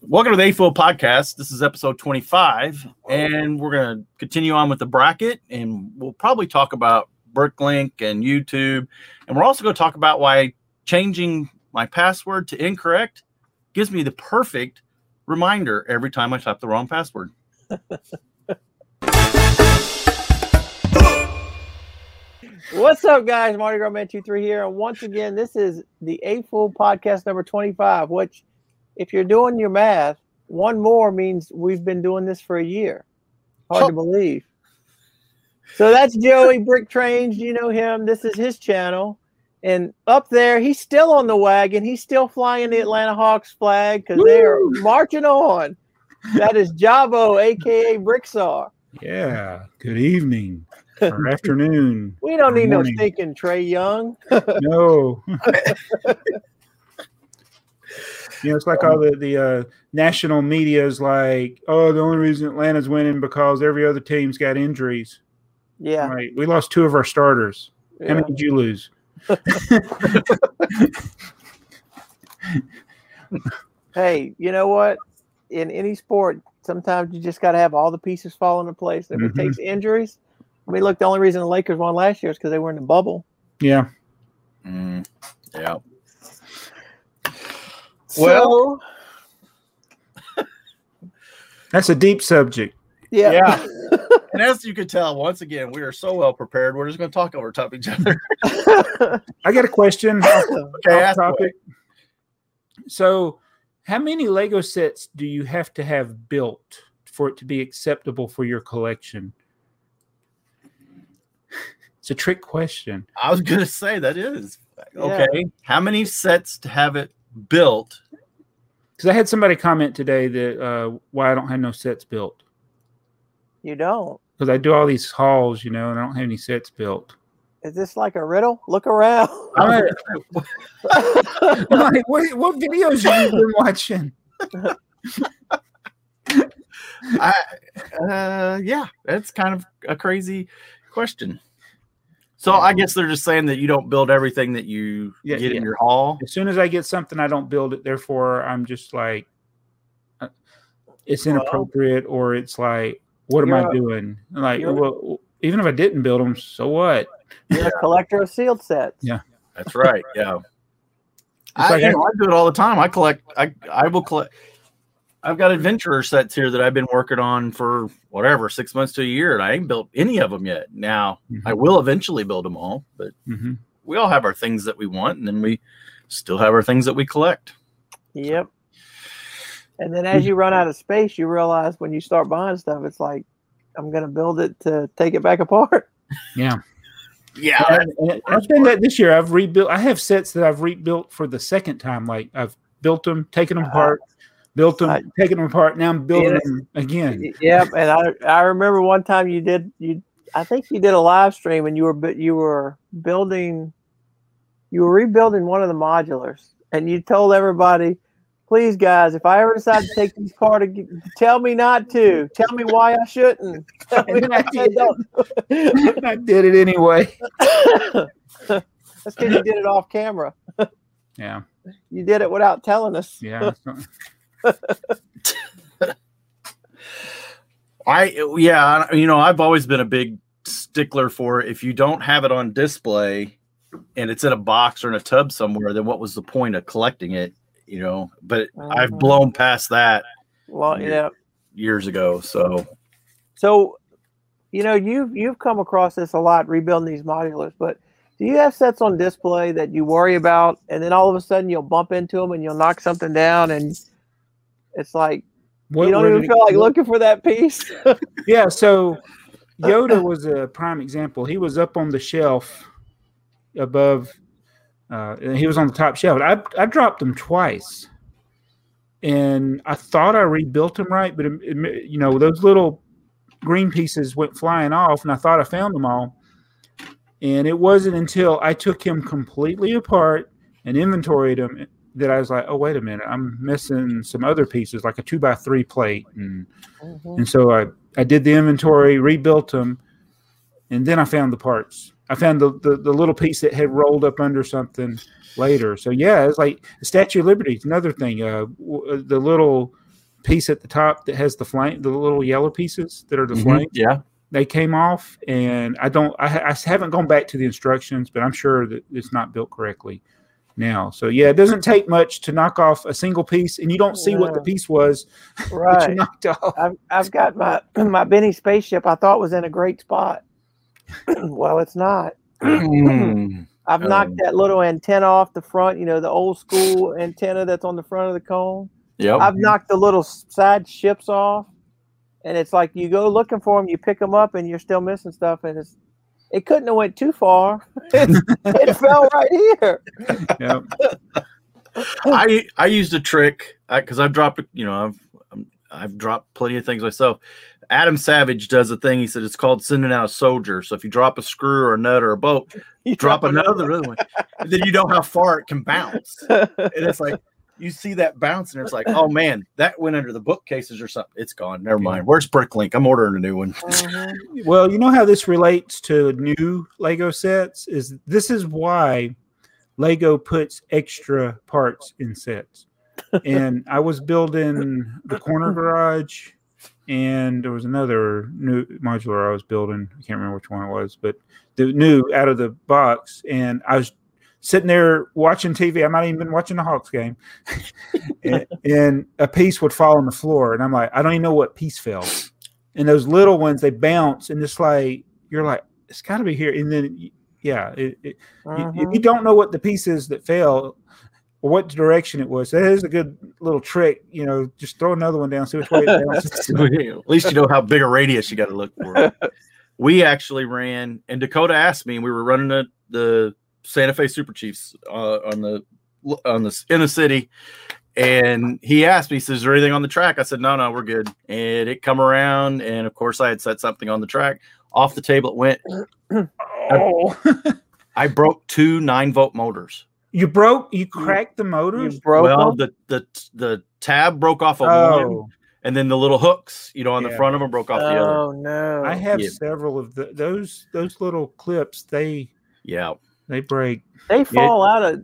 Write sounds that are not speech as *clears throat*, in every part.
Welcome to the AFO podcast. This is episode 25, and we're going to continue on with the bracket, and we'll probably talk about Bricklink and YouTube. And we're also going to talk about why changing my password to incorrect gives me the perfect reminder every time I type the wrong password. What's up, guys? Marty Gras Man 23 here. And once again, this is the A Fool podcast number 25, which, if you're doing your math, one more means we've been doing this for a year. Hard to believe. So that's Joey Brick Trains. You know him. This is his channel. And up there, he's still on the wagon. He's still flying the Atlanta Hawks flag because they are marching on. That is Jabo, aka Bricksar. Yeah. Good evening or afternoon. We don't Good need morning. no stinking Trey Young. No. *laughs* you know, it's like Um, all the the uh, national media is like, oh, the only reason Atlanta's winning because every other team's got injuries. Yeah. Right? We lost two of our starters. How yeah. many did you lose? hey, you know what? In any sport, sometimes you just got to have all the pieces fall into place. If Mhm. it takes injuries, I mean, look, the only reason the Lakers won last year is because they were in the bubble. Yeah. Mm, yeah. Well, That's a deep subject. yeah. *laughs* Yeah. and as you can tell, once again, we are so well prepared. We're just going to talk over top of each other. I got a question. *laughs* Okay, off ask away. topic. So, how many Lego sets do you have to have built for it to be acceptable for your collection? It's a trick question. I was going to say that is. Yeah. Okay. How many sets to have it built? Because I had somebody comment today that uh, why I don't have no sets built. You don't. Because I do all these hauls, you know, and I don't have any sets built. Is this like a riddle? Look around. I'm like, I'm like, what, what videos have you been watching? I, uh, yeah, that's kind of a crazy question. So I guess they're just saying that you don't build everything that you Yeah, get in yeah. your hall. As soon as I get something, I don't build it. Therefore, I'm just like, uh, it's Well- inappropriate, or it's like, what am I You're a- doing? Like, you're- well, even if I didn't build them, so what? You're a collector of sealed sets. Yeah. That's right. Yeah. I, like- you know, I do it all the time. I collect. I I will collect. I've got adventurer sets here that I've been working on for whatever six months to a year, and I ain't built any of them yet. Now Mm-hmm. I will eventually build them all, but Mhm. we all have our things that we want, and then we still have our things that we collect. Yep. And then as you run out of space, you realize when you start buying stuff, it's like, I'm going to build it to take it back apart. Yeah, And- and Mm-hmm. I've done that this year. I've rebuilt. I have sets that I've rebuilt for the second time. Like I've built them, taken them Uh, apart, built them, I- taken them apart. Now I'm building Yeah. them again. *laughs* *laughs* Yep, and I I remember one time you did you I think you did a live stream and you were bu- you were building you were rebuilding one of the modulars and you told everybody, please guys, if I ever decide to take this car to g- tell me not to, tell me why I shouldn't. Tell me And I why I don't. And I did it anyway. *laughs* That's because you did it off camera. Yeah, You did it without telling us. *laughs* yeah. I yeah, I- you know, I've always been a big stickler for if you don't have it on display and it's in a box or in a tub somewhere, then what was the point of collecting it? You know, but I've Mhm. blown past that Well, Yeah. yeah. years ago. So So, you know, you've you've come across this a lot rebuilding these modulars, but do you have sets on display that you worry about, and then all of a sudden you'll bump into them and you'll knock something down, and it's like What- you don't where even did it- feel like looking for that piece. yeah so yoda was a prime example he was up on the shelf above uh, and he was on the top shelf I, I dropped him twice and i thought i rebuilt him right but it, it- you know those little green pieces went flying off and i thought i found them all and it wasn't until i took him completely apart and inventoried him that i was like oh wait a minute i'm missing some other pieces like a two by three plate and and so I, I did the inventory, rebuilt them, and then I found the parts. I found the, the, the little piece that had rolled up under something later. So yeah, it's like the Statue of Liberty. It's another thing. Uh, w- uh, the little piece at the top that has the flame, the little yellow pieces that are Mm-hmm. the flame. Yeah. They came off, and I don't. I, ha- I haven't gone back to the instructions, but I'm sure that it's not built correctly now. So yeah, it doesn't take much to knock off a single piece, and you don't see what the Yeah. piece was that you Right. knocked off. I've, I've got my *clears throat* my Benny spaceship. I thought was in a great spot. *clears throat* well, it's not. I've knocked Um, that little antenna off the front. You know, the old school antenna that's on the front of the cone. *clears throat* yep. I've knocked the little s- side ships off, and it's like you go looking for them, you pick them up, and you're still missing stuff. And it's it couldn't have went too far. *laughs* It's, *laughs* it fell right here. Yeah. I I used a trick because I've dropped you know I've I'm- I've dropped plenty of things myself. Adam Savage does a thing. He said it's called sending out a soldier. So if you drop a screw or a nut or a bolt, *laughs* You drop dropped another other one, and then you know how far it can bounce. another- And it's like you see that bounce, and it's like, oh man, that went under the bookcases or something. It's gone. Never mind. Where's Bricklink? I'm ordering a new one. Mhm. Well, you know how this relates to new Lego sets is this is why Lego puts extra parts in sets. and I was building the corner garage and there was another new modular I was building. I can't remember which one it was, but the new out of the box and I was sitting there watching TV. I'm not even been watching the Hawks game. *laughs* and, and a piece would fall on the floor and I'm like, I don't even know what piece fell and those little ones they bounce and it's like you're like it's got to be here and then y- yeah it, it, uh-huh. you- if you don't know what the piece is that fell or what direction it was that is a good little trick you know just throw another one down see which way it *laughs* bounces At least you know how big a radius you got to look *laughs* for. we actually ran, and Dakota asked me. We were running the, the Santa Fe Super Chiefs uh, on the on the in the city, and he asked me, he "says Is there anything on the track?" I said, "No, no, we're good." And it come around, and of course, I had set something on the track. Off the table it went. oh I broke two nine volt motors. you broke you cracked the motors You broke well, them? the the the tab broke off of one, oh and then the little hooks, you know, on the Yeah. front of them broke off the other. Oh no! i have Yeah. several of the, those those little clips they Yeah, they break they fall out of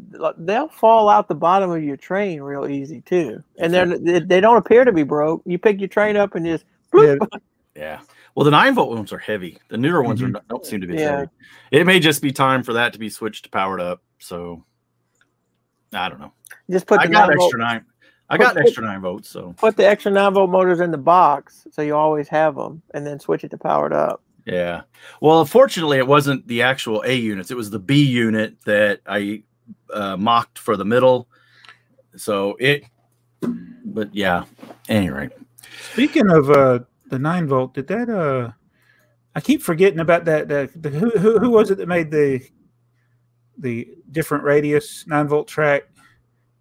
they'll fall out the bottom of your train real easy too, and they're they- they don't appear to be broke. You pick your train up and just yeah, Yeah. Well, the nine volt ones are heavy. The newer ones are not, don't seem to be. as Mm-hmm. Yeah. Heavy. It may just be time for that to be switched to powered up. So I don't know. just put I the got nine extra volt, nine. I Put- got an put- extra nine volts. So put the extra nine volt motors in the box so you always have them, and then switch it to powered up. yeah. Well, fortunately, it wasn't the actual A units. It was the B unit that I uh, mocked for the middle. So it. But yeah. Anyway. Speaking of uh, the nine volt, did that? Uh, I keep forgetting about that. That the, who, who who was it that made the the different radius nine volt track?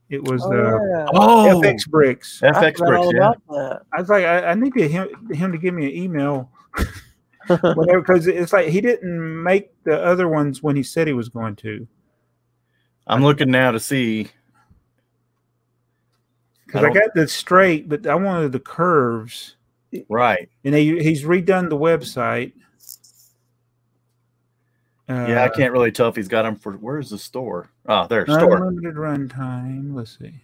It was Oh, uh, yeah. Oh. FX bricks. I FX forgot bricks. all Yeah. about that. I was like, I, I need to him, him to give me an email *laughs* whenever because it's like he didn't make the other ones when he said he was going to. I'm looking now to see. Because I I, don't- got the straight, but I wanted the curves, Right. and he, he's redone the website. Yeah. I Uh, can't really tell if he's got them for. Where's the store? Oh, there. Store. Unlimited runtime. Let's see.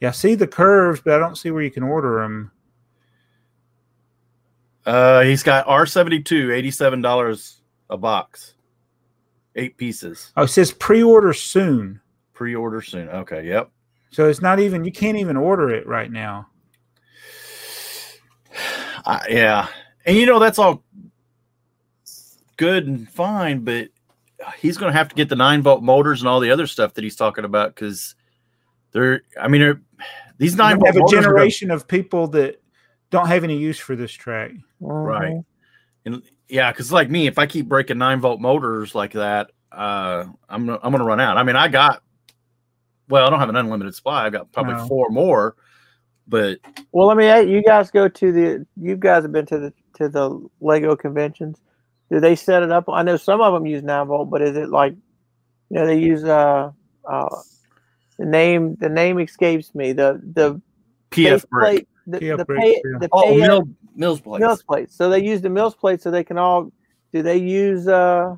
Yeah, I see the curves, but I don't see where you can order them. Uh, he's got R72, $87 a box, eight pieces. Oh, it says pre-order soon. Pre order soon. Okay. Yep. So it's not even you can't even order it right now. Uh, yeah. And you know, that's all good and fine, but he's going to have to get the nine volt motors and all the other stuff that he's talking about because they're, I mean, they're, these I nine volt have a motors. are gonna- generation of people that don't have any use for this track. Right. Mhm. and, yeah. Cause like me, if I keep breaking nine volt motors like that, uh, I'm, I'm going to run out. I mean, I got, well, I don't have an unlimited supply. I've got probably No. four more, but Well, let me. ask- You guys go to the. You guys have been to the to the Lego conventions. Do they set it up? I know some of them use nine volt, but is it like, you know, they use uh, uh the name the name escapes me. The the PF base brick. plate- the, PF the, brick, pay, yeah. the Oh, pay- Mill, Mills Place. uh, Mills plate. So they use the Mills plate, so they can all. Do they use uh?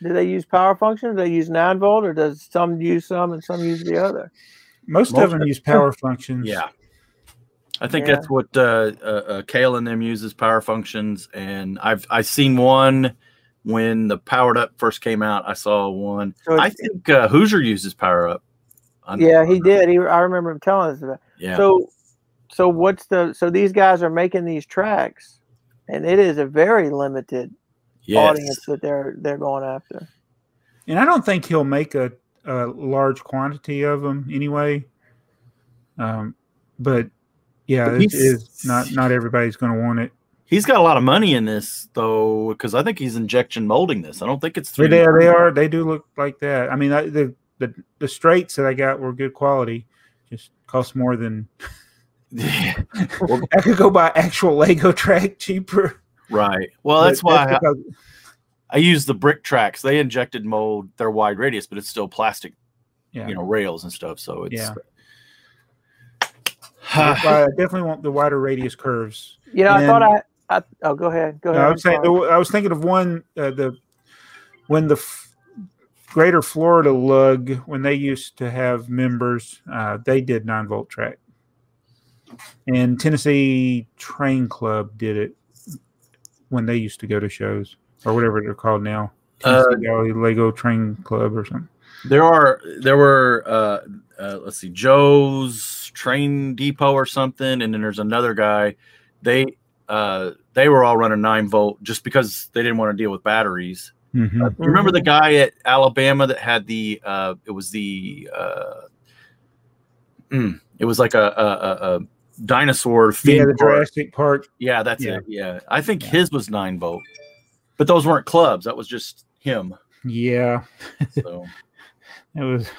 Do they use power function? Do they use nine volt, or does some use some and some use the other? Most, Most of them use power functions. Yeah. I think Yeah. that's what uh, uh, uh, Kale and them uses power functions, and I've I seen one when the powered up first came out. I saw one. So I Oh, it's- think uh, Hoosier uses power up. I'm- yeah, he did. He, I remember him telling us that. Yeah, So, so what's the? So these guys are making these tracks, and it is a very limited yes. audience that they're they're going after. and I don't think he'll make a, a large quantity of them anyway. Um, but yeah, But it's, he's- it's not not everybody's going to want it. He's got a lot of money in this though, because I think he's injection molding this. I don't think it's They, three. they, *laughs* they are they do look like that. I mean, I, the the the straights that I got were good quality. Just cost more *laughs* than I could go buy actual Lego track cheaper. right. Well, that's but why I, because- I use the brick tracks. They injected mold their wide radius, but it's still plastic, yeah, you know, rails and stuff. So it's *sighs* Yeah. that's uh, why I definitely want the wider radius curves. You know, I And- thought I. I, oh, go ahead. Go No, ahead. I I'm was saying sorry. I was thinking of one uh, the when the f- Greater Florida Lug when they used to have members, uh, they did nine volt track, and Tennessee Train Club did it when they used to go to shows or whatever they're called now. Uh, Tennessee Valley Lego Train Club or something. There are there were uh, uh let's see Joe's train depot or something, and then there's another guy. They uh they were all running nine volt just because they didn't want to deal with batteries. Mhm. You remember the guy at Alabama that had the uh it was the uh mm, it was like a a, a, a dinosaur Yeah, theme the park. Jurassic Park. Yeah, that's Yeah. it. Yeah, I think Yeah. his was nine volt, but those weren't clubs. That was just him. Yeah, So it was.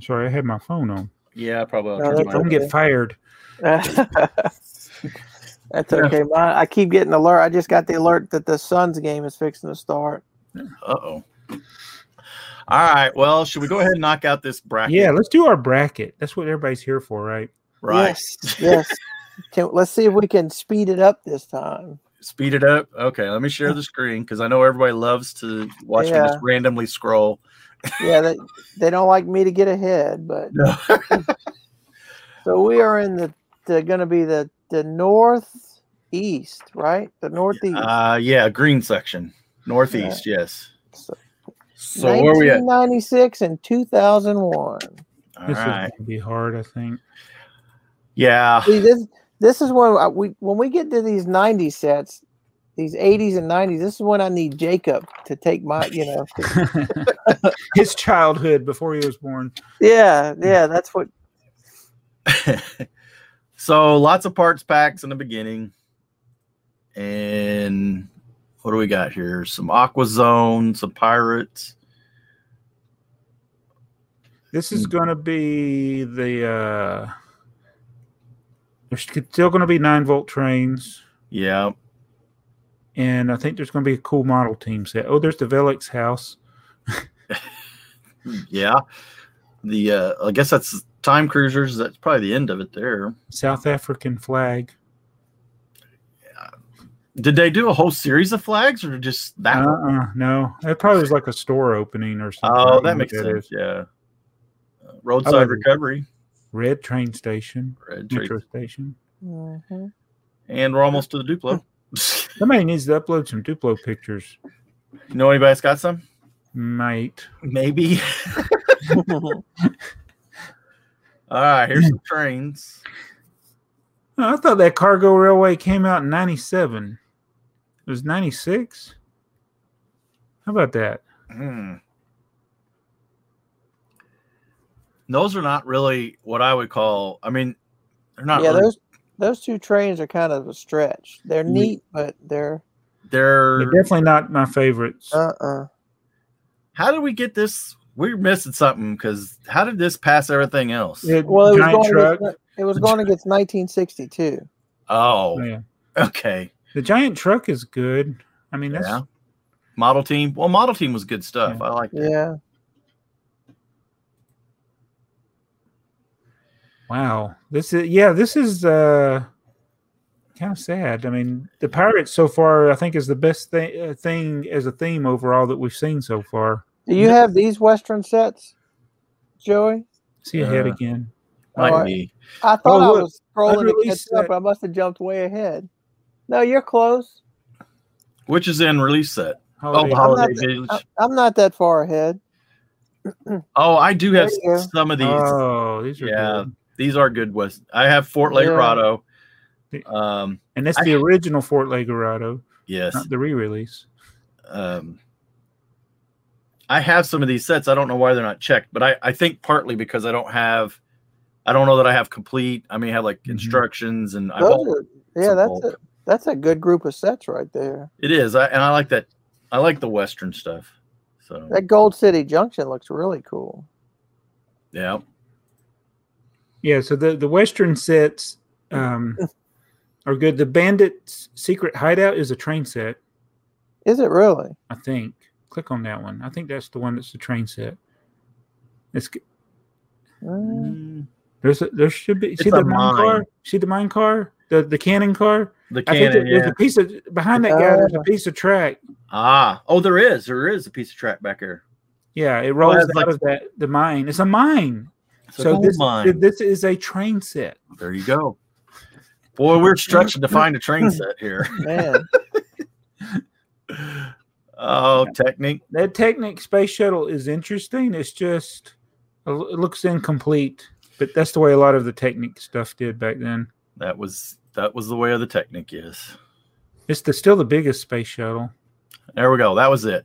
Sorry, I had my phone on. yeah, probably. *laughs* No, Oh, that's Don't get fired. *laughs* That's okay. Mine, I keep getting alert. I just got the alert that the Suns game is fixing to start. Uh oh. All right. Well, should we go ahead and knock out this bracket? Yeah, let's do our bracket. That's what everybody's here for, right? Right. Yes. *laughs* yes. Can, let's see if we can speed it up this time. Speed it up. Okay. Let me share the screen because I know everybody loves to watch me Yeah. just randomly scroll. Yeah, they, they don't like me to get ahead, but No. *laughs* so we are in the, the going to be the the northeast, right? The northeast. Uh, yeah. Green section, northeast. Yes. so, So where are we at? 1996 and 2001. All This is right. gonna be hard, *laughs* I think. *laughs* Yeah. See, this this is when I, we when we get to these 90 sets, these 80s and 90s. This is when I need Jacob to take my, you know. His childhood before he was born. *laughs* yeah, yeah, that's what. so lots of parts packs in the beginning, and what do we got here? Some Aqua Zone, some Pirates. This Hmm. is gonna be the uh there's still gonna be nine volt trains, Yeah. and I think there's gonna be a cool model team set. Oh, there's the Velix house. Yeah. The uh I guess that's time cruisers. That's probably the end of it there. South African flag. Did they do a whole series of flags or just that? one? Uh-uh, no. That probably was like a store opening or something. I Oh, don't know that what makes sense. is. Yeah. Uh, roadside like it. recovery. Red train station, Red tree. metro station. *laughs* Mhm. And we're almost to the Duplo. Hmm. Somebody needs to upload some Duplo pictures, *laughs* you know anybody that's got some? mate. Maybe. *laughs* All right, here's Hmm. some trains. I thought that cargo railway came out in 97. It was 96? How about that? Hmm. Those are not really what I would call. I mean, they're not yeah, really those those two trains are kind of a stretch. They're Ye- neat, but they're they're They're definitely not my favorites. uh uh how did we get this? We're missing something because how did this pass everything else? It- Well, it was giant going truck. against, it was going against 1962. Oh, yeah. okay. The giant truck is good. I mean, that's Yeah. Model team. Well, model team was good stuff. I like that. Yeah, wow. This is yeah, this is uh kind of sad. I mean, the pirates so far I think is the best thing uh, thing as a theme overall that we've seen so far. do you have these Western sets, Joey? See ahead Uh, again. Might Alright. be. I thought Oh, I look, was scrolling to catch unreleased up, but I must have jumped way ahead. No, you're close. Which is in release set. Oh, Holiday. Holiday not- Village. I, Uh, I'm not that far ahead. Oh, I do have There you go. some of these. Oh, these are Yeah. good. These are good ones. I have Fort Yeah. Legrado. Um, And that's I- the original Fort Legorado, yes. not the re-release. Um, I have some of these sets. I don't know why they're not checked, but I, I think partly because I don't have, I don't know that I have complete. I may have like Mhm. instructions and I Those bought, are, yeah, that's bulk. a, that's a good group of sets right there. it is. I, and I like that. I like the Western stuff. So, That Gold City Junction looks really cool. yeah. Yeah, so the, the Western sets um, are good. The Bandit's Secret Hideout is a train set, Is it really? I think. Click on that one. I think that's the one that's the train set. It's g- Mm. Mm, there's a, there should be It's see a the mine mine. car, see the mine car, the the cannon car. The I cannon. think there- there's Yeah. a piece of behind that guy. There's a Oh. piece of track. Ah. Oh, there is. There is a piece of track back here. Yeah, it rolls that's out like- of that the mine. It's a mine. It's a So gold this mine. this is a train set. There you go. Boy, we're *laughs* stretching to find a train set here. Mm, Man, Oh, technique. That Technic space shuttle is interesting. It's just it lo- it looks incomplete, but that's the way a lot of the Technic stuff did back then. That was that was the way of the technique is. It's the, still the biggest space shuttle. There we go. That was it.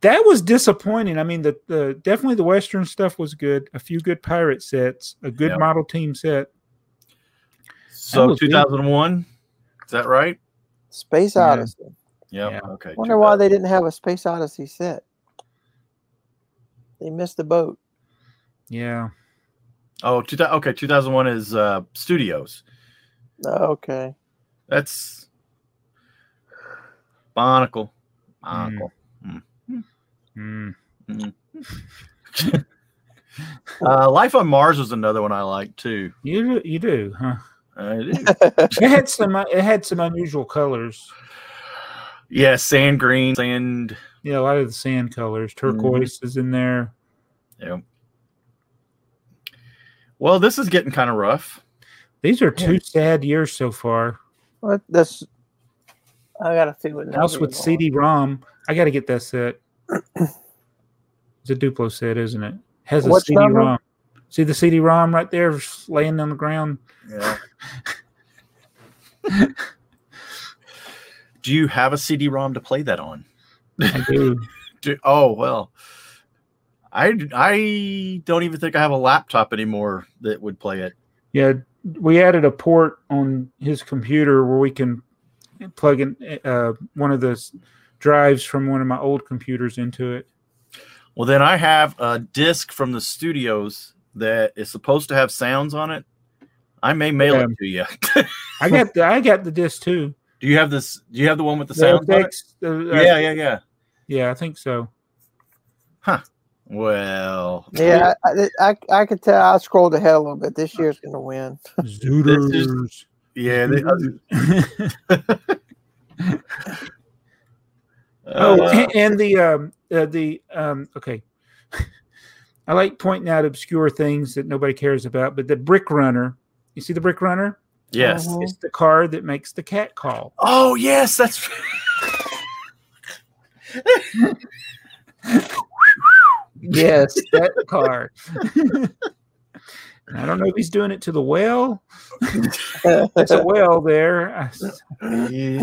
That was disappointing. I mean, the, the definitely the Western stuff was good. A few good pirate sets, a good Yeah. model team set. So was it. 2001. Is that right? Space Yeah. Odyssey. Yeah. Yeah. Okay. Wonder why they didn't have a Space Odyssey set. They missed the boat. Yeah, Oh, 2000, okay. 2001 is uh, studios. Oh, Okay. *laughs* That's Monocle. Monocle. Mm. Hmm. Uh, Life on Mars was another one I liked too. Uh, you do- you do, huh? I *laughs* do. It had some uh, it had some unusual colors. yeah, sand green, sand. Yeah, a lot of the sand colors, turquoise is in there. Yeah. Well, this is getting kind of rough. These are two sad years so far. What this? I gotta see what House number with it's on. CD-ROM. I got to get that set. *clears throat* it's a Duplo set, isn't it? Has a What genre? CD-ROM. See the CD-ROM right there s- laying on the ground. Yeah. *laughs* Do you have a CD-ROM to play that on? I do. *laughs* Do, oh well, I I don't even think I have a laptop anymore that would play it. yeah, we added a port on his computer where we can plug in uh, one of the s- drives from one of my old computers into it. Well, then I have a disc from the studios that is supposed to have sounds on it. I may mail Yeah. it to you. I got the I got the disc too. do you have this? Do you have the one with the The sound? on it? FX, the- uh, Yeah, yeah, yeah. yeah, I think so. Well, Yeah, I, I, I could tell. I scrolled ahead a little bit. This year's gonna win. Zooters. yeah. *laughs* they- Oh, uh, and, and the um, uh, the um, okay. *laughs* I like pointing out obscure things that nobody cares about, but the brick runner. You see the brick runner? yes. Mhm. It's the car that makes the cat call. Oh yes, that's Yes, *laughs* that car. And I don't know if he's doing it to the well. It's a well there. I s- *laughs* It's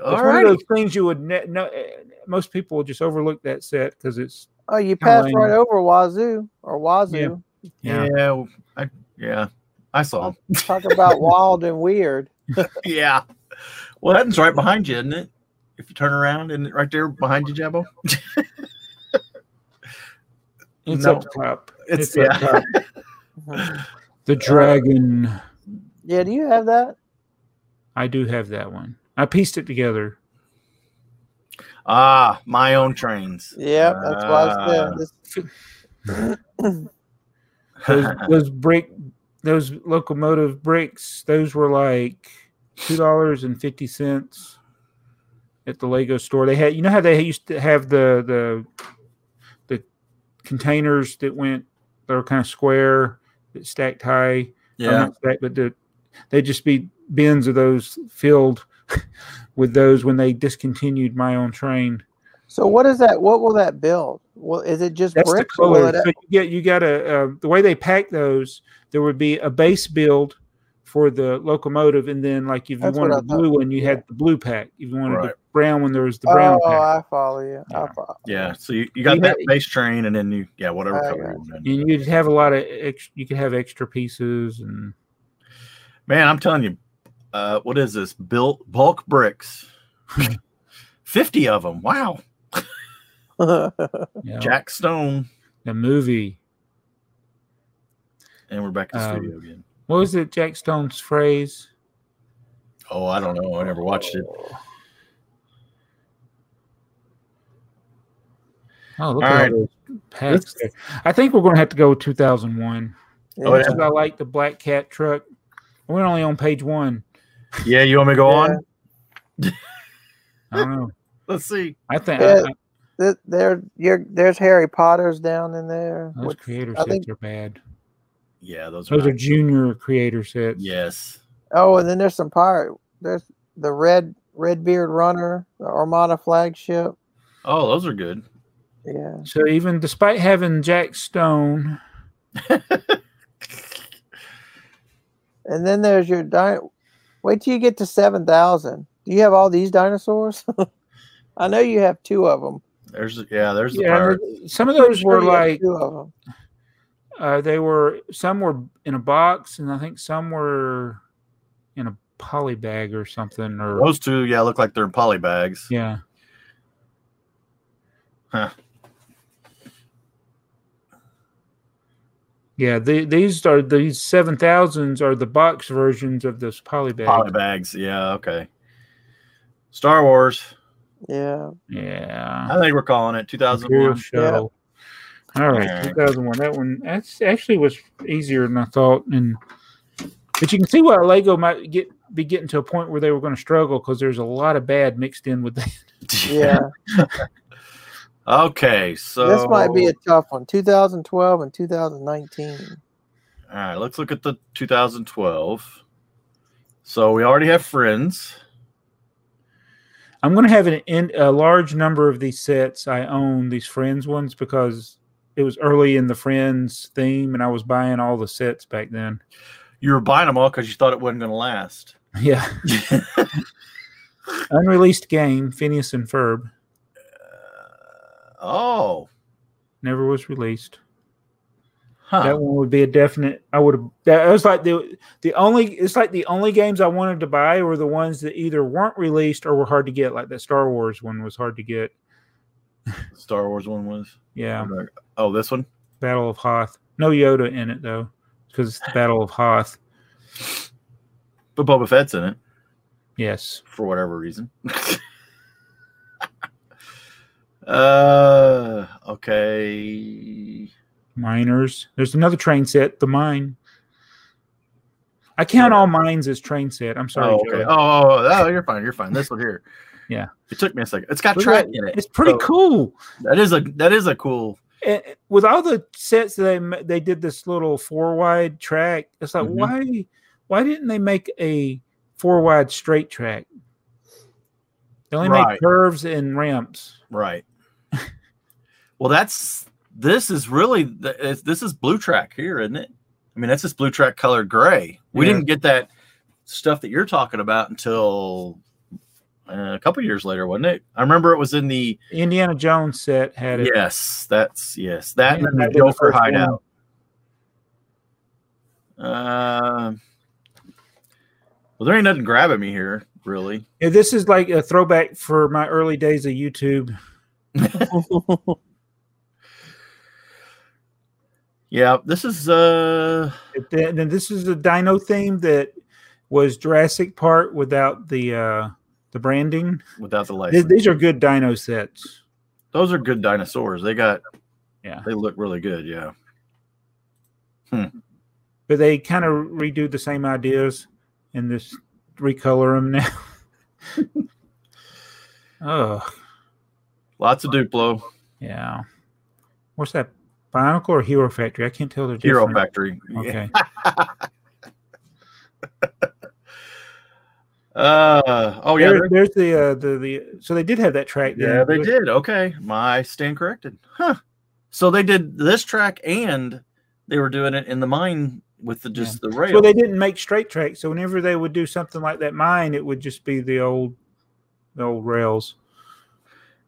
All one right. of those things you would ne- no. eh, Most people will just overlook that set because it's *laughs* oh, you passed lame. right over Wazoo or Wazoo. Yeah. yeah. well, I, yeah. I saw. 'em. Talk about wild and *laughs* weird. *laughs* Yeah. Well, that's right behind you, isn't it? If you turn around, isn't it right there behind you, *laughs* Jabbo? It's No. up top. It's- *laughs* up top. Mhm. the dragon. Yeah, do you have that? I do have that one. I pieced it together. Ah, my own trains. Yeah, that's why I Ah. said. This, Those, those brick, those locomotive bricks, those were like two dollars and fifty cents at the Lego store. They had, you know how they used to have the the the containers that went, they were kind of square. that stacked high. or *laughs* Yeah. not stacked, but the, they'd just be bins of those filled *laughs* with those when they discontinued my own train. So what is that? What will that build? Well, is it just That's the bricks? or will color. it- So you get you got a uh, the way they pack those. There would be a base build for the locomotive, and then like if you That's what wanted I the blue one, you yeah. had the blue pack. If you wanted Right. the brown one, there was the brown oh, pack. I follow you. I Yeah. follow. Yeah. So you, you got You that had- base train and then you, Oh, yeah, whatever I color got you want. in. And you'd have a lot of e-, ex- you could have extra pieces and Man, I'm telling you, uh, what is this? Built bulk bricks. *laughs* 50 of them. Wow. *laughs* you know, Jack Stone. the movie. And we're back in the Um, studio again. What was it? Jack Stone's phrase. Oh, I don't know. I never watched *laughs* it. Oh, look All at right. all those packs there. I think we're going to have to go with 2001. Oh, Yeah. yeah. I like the Black Cat truck. We're only on page one. Yeah. You want me to go Yeah. on? I don't know. Let's see. I think Yeah, I, I, Th- There, you're, there's Harry Potter's down in there. those Which- creator I sets think- are bad. Yeah. Those are, Those are not- junior creator sets. yes. oh, and then there's some pirate. There's the red red beard runner, the Armada flagship. Oh, those are good. Yeah, So even despite having Jack Stone, and then there's your di- Wait till you get to seven thousand. Do you have all these dinosaurs? *laughs* I know you have two of them. There's, yeah, there's the yeah, pirate. some of those were like two of them. uh, they were some were in a box, and I think some were in a poly bag or something. Or Those two, yeah, look like they're in poly bags. yeah, Huh. yeah. The, these are these seven thousands are the box versions of those poly bags. Poly bags. Yeah. Okay. Star Wars. *laughs* Yeah. Yeah. I think we're calling it Imperial *laughs* 2001. show. All right, Alright. 2001. That one that's actually was easier than I thought, and but you can see why Lego might get be getting to a point where they were going to struggle because there's a lot of bad mixed in with that. Yeah. *laughs* Okay. So this might be a tough one. 2012 and 2019. All right. Let's look at the 2012. So we already have friends. *laughs* I'm going to have an in, a large number of these sets I own these Friends ones because it was early in the Friends theme, and I was buying all the sets back then. *laughs* You were buying them all because you thought it wasn't going to last. Yeah, unreleased game Phineas and Ferb oh, never was released. huh. That one would be a definite. I would have. That was like the the only. It's like the only games I wanted to buy were the ones that either weren't released or were hard to get. Like that Star Wars one was hard to get. Star Wars one was. Yeah, Oh, this one. Battle of Hoth. No Yoda in it though, because it's the Battle of Hoth. But Boba Fett's in it Yes. for whatever reason. *laughs* uh, okay. Miners. There's another train set. The mine. I count all mines as train set. I'm sorry. oh, okay. Joey. oh, oh, oh, oh, you're fine. You're fine. This one here. Yeah. It took me a second. It's got Look track at- in it. It's pretty So- cool. That is a that is a cool. and Eh, with all the sets that they ma- they did this little four wide track. It's like Mhm. why why didn't they make a four wide straight track? They only Right. make curves and ramps. Right. well, that's this is really th- it's- this is blue track here, isn't it? I mean, that's just blue track colored gray. We Yeah. didn't get that stuff that you're talking about until uh, a couple years later, wasn't it? I remember it was in the The Indiana Jones set had it. yes, that's yes, that Yeah, and then that the was the Joker first one. hideout. Um. well, there ain't nothing grabbing me here, really. Yeah, This is like a throwback for my early days of YouTube. Yeah, this is uh But then- then this is a dino theme that was Jurassic Park without the uh, the branding. without the license. Th- these are good dino sets. Those are good dinosaurs. They got Yeah. They look really good. Yeah. but they kind of redo the same ideas and just recolor them now. oh Lots of Duplo. yeah, what's that Bionicle or Hero Factory? I can't tell the Hero difference. Factory. Okay. Uh, *laughs* oh, yeah. There- there's the uh, the the. So they did have that track. Yeah, there. they did. Okay, my stand corrected. Huh. So they did this track, and they were doing it in the mine with the just the rail. Well, they didn't make straight tracks, so whenever they would do something like that mine, it would just be the old, the old rails.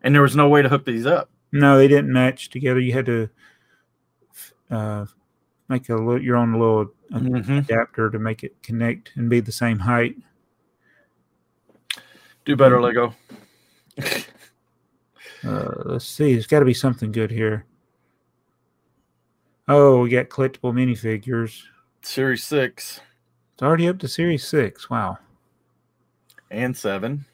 and there was no way to hook these up. No, they didn't match together. You had to uh, make a little, your own little Mm-hmm. adapter to make it connect and be the same height. Do Mm-hmm. better, Lego. Uh, let's see. There's got to be something good here. Oh, we got collectible minifigures. Series six It's already up to series six. Wow. and seven,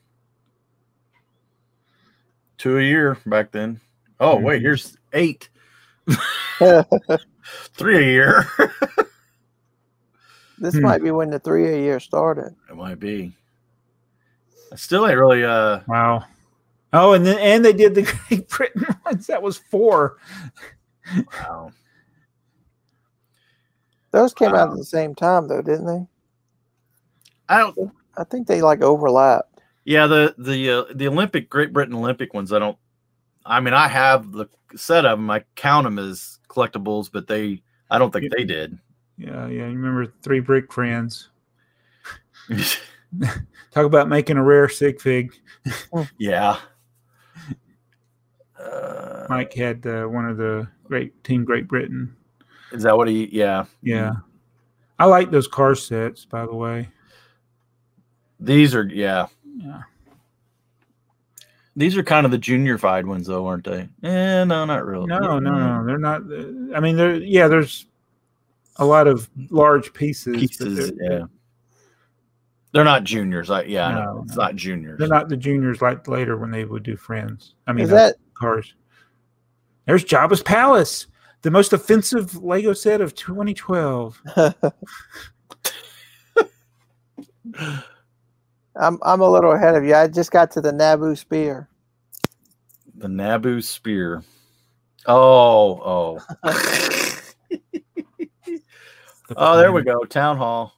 two a year back then. Oh wait, Mhm. here's eight, three a year. *laughs* *laughs* This Hmm. might be when the three a year started. it might be. I still ain't really. Uh, Wow. Oh, and then and they did the *laughs* Great Britain ones. That was four. wow. Those came out Wow. at the same time though, didn't they? I don't. I think they like overlapped. Yeah, the the uh, the Olympic Great Britain Olympic ones. I don't. I mean, I have the set of them. I count them as collectibles, but they. I don't think they did. *laughs* Yeah, yeah. You remember Three Brick Friends? Talk about making a rare sig fig. yeah. Uh, Mike had uh, one of the great team Great Britain. is that what he? Yeah. Yeah. I like those car sets, by the way. These are. Yeah. Yeah. These are kind of the juniorified ones, though, aren't they? Eh, no, not really. No, no, no. They're not. uh, I mean, there. Yeah, there's a lot of large pieces. but Pieces. they're, Yeah. They're not juniors. I, yeah, I know. No, it's no. not juniors. They're not the juniors like later when they would do friends. I mean, Is uh, that cars. There's Jabba's Palace, the most offensive Lego set of 2012. I'm I'm a little ahead of you. I just got to the Naboo spear. *laughs* The Naboo spear. Oh, oh. oh, there we go. Town hall.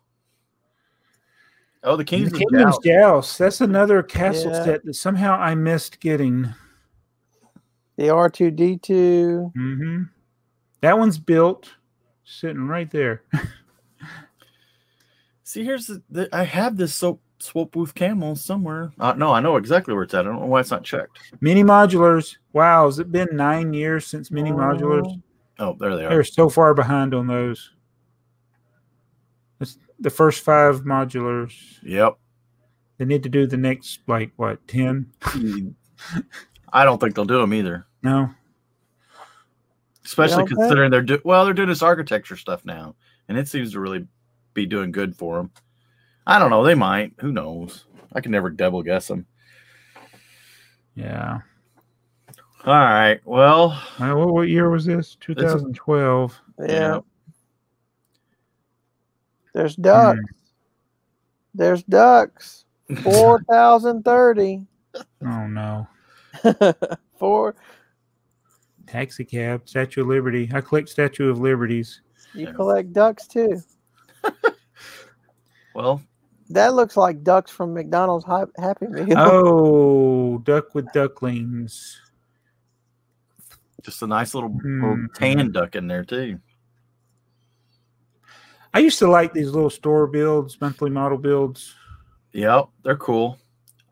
Oh, the King's, King's, of Kingdom's Joust. Joust. That's another castle Yeah. set that somehow I missed getting. The R two D two. hmm That one's built, sitting right there. See, here's the, the I have this soap swoop booth camel somewhere. Uh, no, I know exactly where it's at. I don't know why it's not checked. Mini modulars. Wow, has it been nine years since mini modulars? Oh, there they are. They're so far behind on those. It's the first five modulars. Yep. They need to do the next, like, what, 10? I don't think they'll do them either. No. Especially don't think? considering they're do- well, they're doing this architecture stuff now, and it seems to really be doing good for them. I don't know. They might. Who knows? I can never double guess them. Yeah. All right. Well, Uh, what, what year was this? 2012. Yeah. yeah. There's ducks. Hmm. There's ducks. Four thousand thirty. Oh, no. Four. Taxi cab, Statue of Liberty. I collect Statue of Liberties. You Yeah. collect ducks too. *laughs* Well, That looks like ducks from McDonald's Hi- Happy Meal. Oh, duck with ducklings. just a nice little, little Mhm. tan duck in there too. I used to like these little store builds, monthly model builds. Yep, they're cool.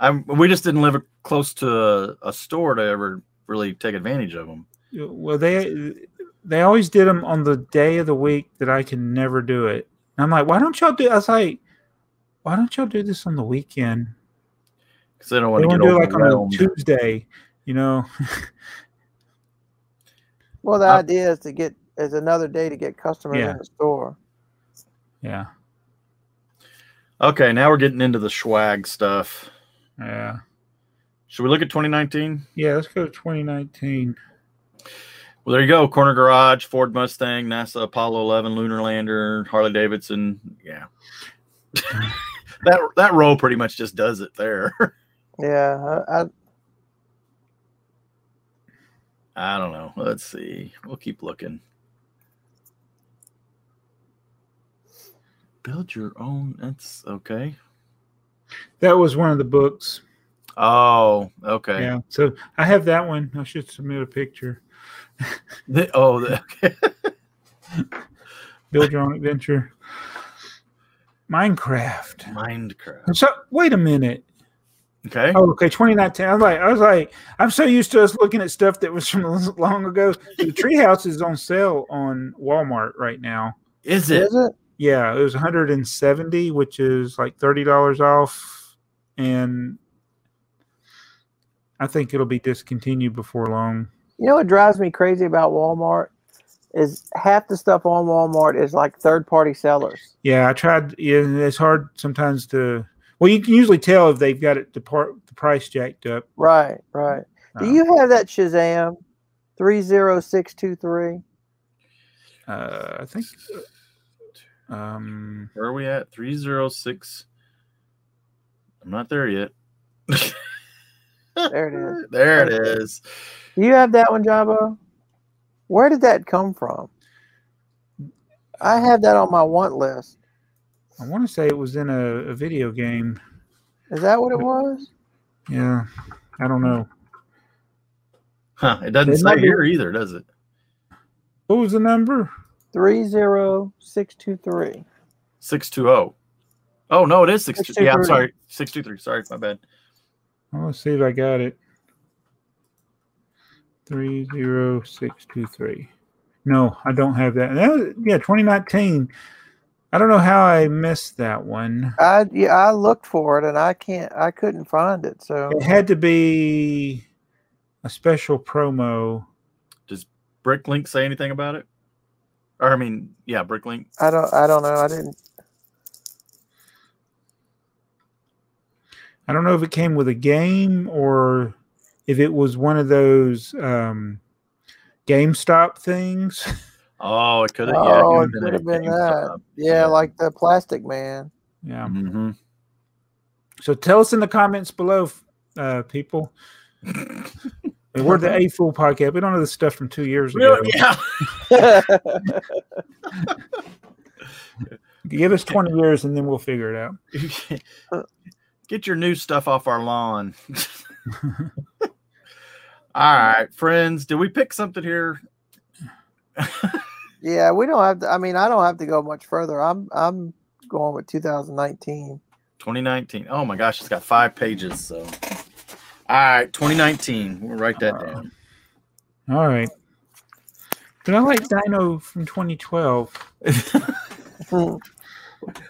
I'm, we just didn't live close to a, a store to ever really take advantage of them. Well, they they always did them on the day of the week that I can never do it. And I'm like, why don't y'all do? I was like, why don't y'all do this on the weekend? because they don't They want to get want to do it like on overwhelmed. a Tuesday, you know? *laughs* well, the I- idea is to get is another day to get customers Yeah. in the store. Yeah, okay, now we're getting into the swag stuff. yeah, Should we look at 2019? yeah. Let's go to 2019. Well, there you go. Corner Garage, Ford Mustang, NASA Apollo 11, Lunar Lander, Harley Davidson. Yeah, *laughs* that that row pretty much just does *laughs* it there. Yeah, I, I, I don't know. Let's see. We'll keep looking. Build your own. That's okay. That was one of the books. Oh, okay. Yeah. So I have that one. I should submit a picture. *laughs* The- oh, the- okay. Build your own adventure. Minecraft. Minecraft. So wait a minute. Okay. Oh, okay, 2019. I was like, I was like, I'm so used to us looking at stuff that was from *laughs* long ago. The treehouse is on sale on Walmart right now. Is it? Is it? Yeah, it was 170, which is like thirty dollars off, and I think it'll be discontinued before long. You know what drives me crazy about Walmart is half the stuff on Walmart is like third party sellers. Yeah, I tried. Yeah, it's hard sometimes to. Well, you can usually tell if they've got it the part the price jacked up. Right, right. Do Uh, you have that Shazam 30623? Uh, I think. Um, Where are we at? 306. I'm not there yet. There it is. There it is. Do you have that one, Jumbo? Where did that come from? I have that on my want list. I want to say it was in a, a video game. Is that what it was? Yeah, I don't know. Huh, it doesn't It might say be- here either, does it? What was the number? 30623. 620. Oh, no, it is 623. Yeah, I'm 623. sorry. 623. Sorry, my bad. Well, let's see if I got it. Three zero six two three. No, I don't have that. that was- yeah, twenty nineteen. I don't know how I missed that one. I yeah, I looked for it and I can't I couldn't find it. So It had to be a special promo. Bricklink say anything about it? Or, I mean, yeah, Bricklink. I don't I don't know. I didn't I don't know if it came with a game or if it was one of those um, GameStop things. *laughs* Oh, it could have. Oh, it could have been that. Yeah, like the plastic man. yeah. hmm So tell us in the comments below, uh, people. And We're the A Fool podcast. We don't know the stuff from two years ago. Yeah. Give us 20 years and then we'll figure it out. *laughs* Get your new stuff off our lawn. *laughs* All right, friends. Did we pick something here? yeah, we don't have to I mean I don't have to go much further. I'm I'm going with 2019. 2019. Oh my gosh, it's got five pages. So, all right, 2019. We'll write that down. All right. But I like Dino from 2012.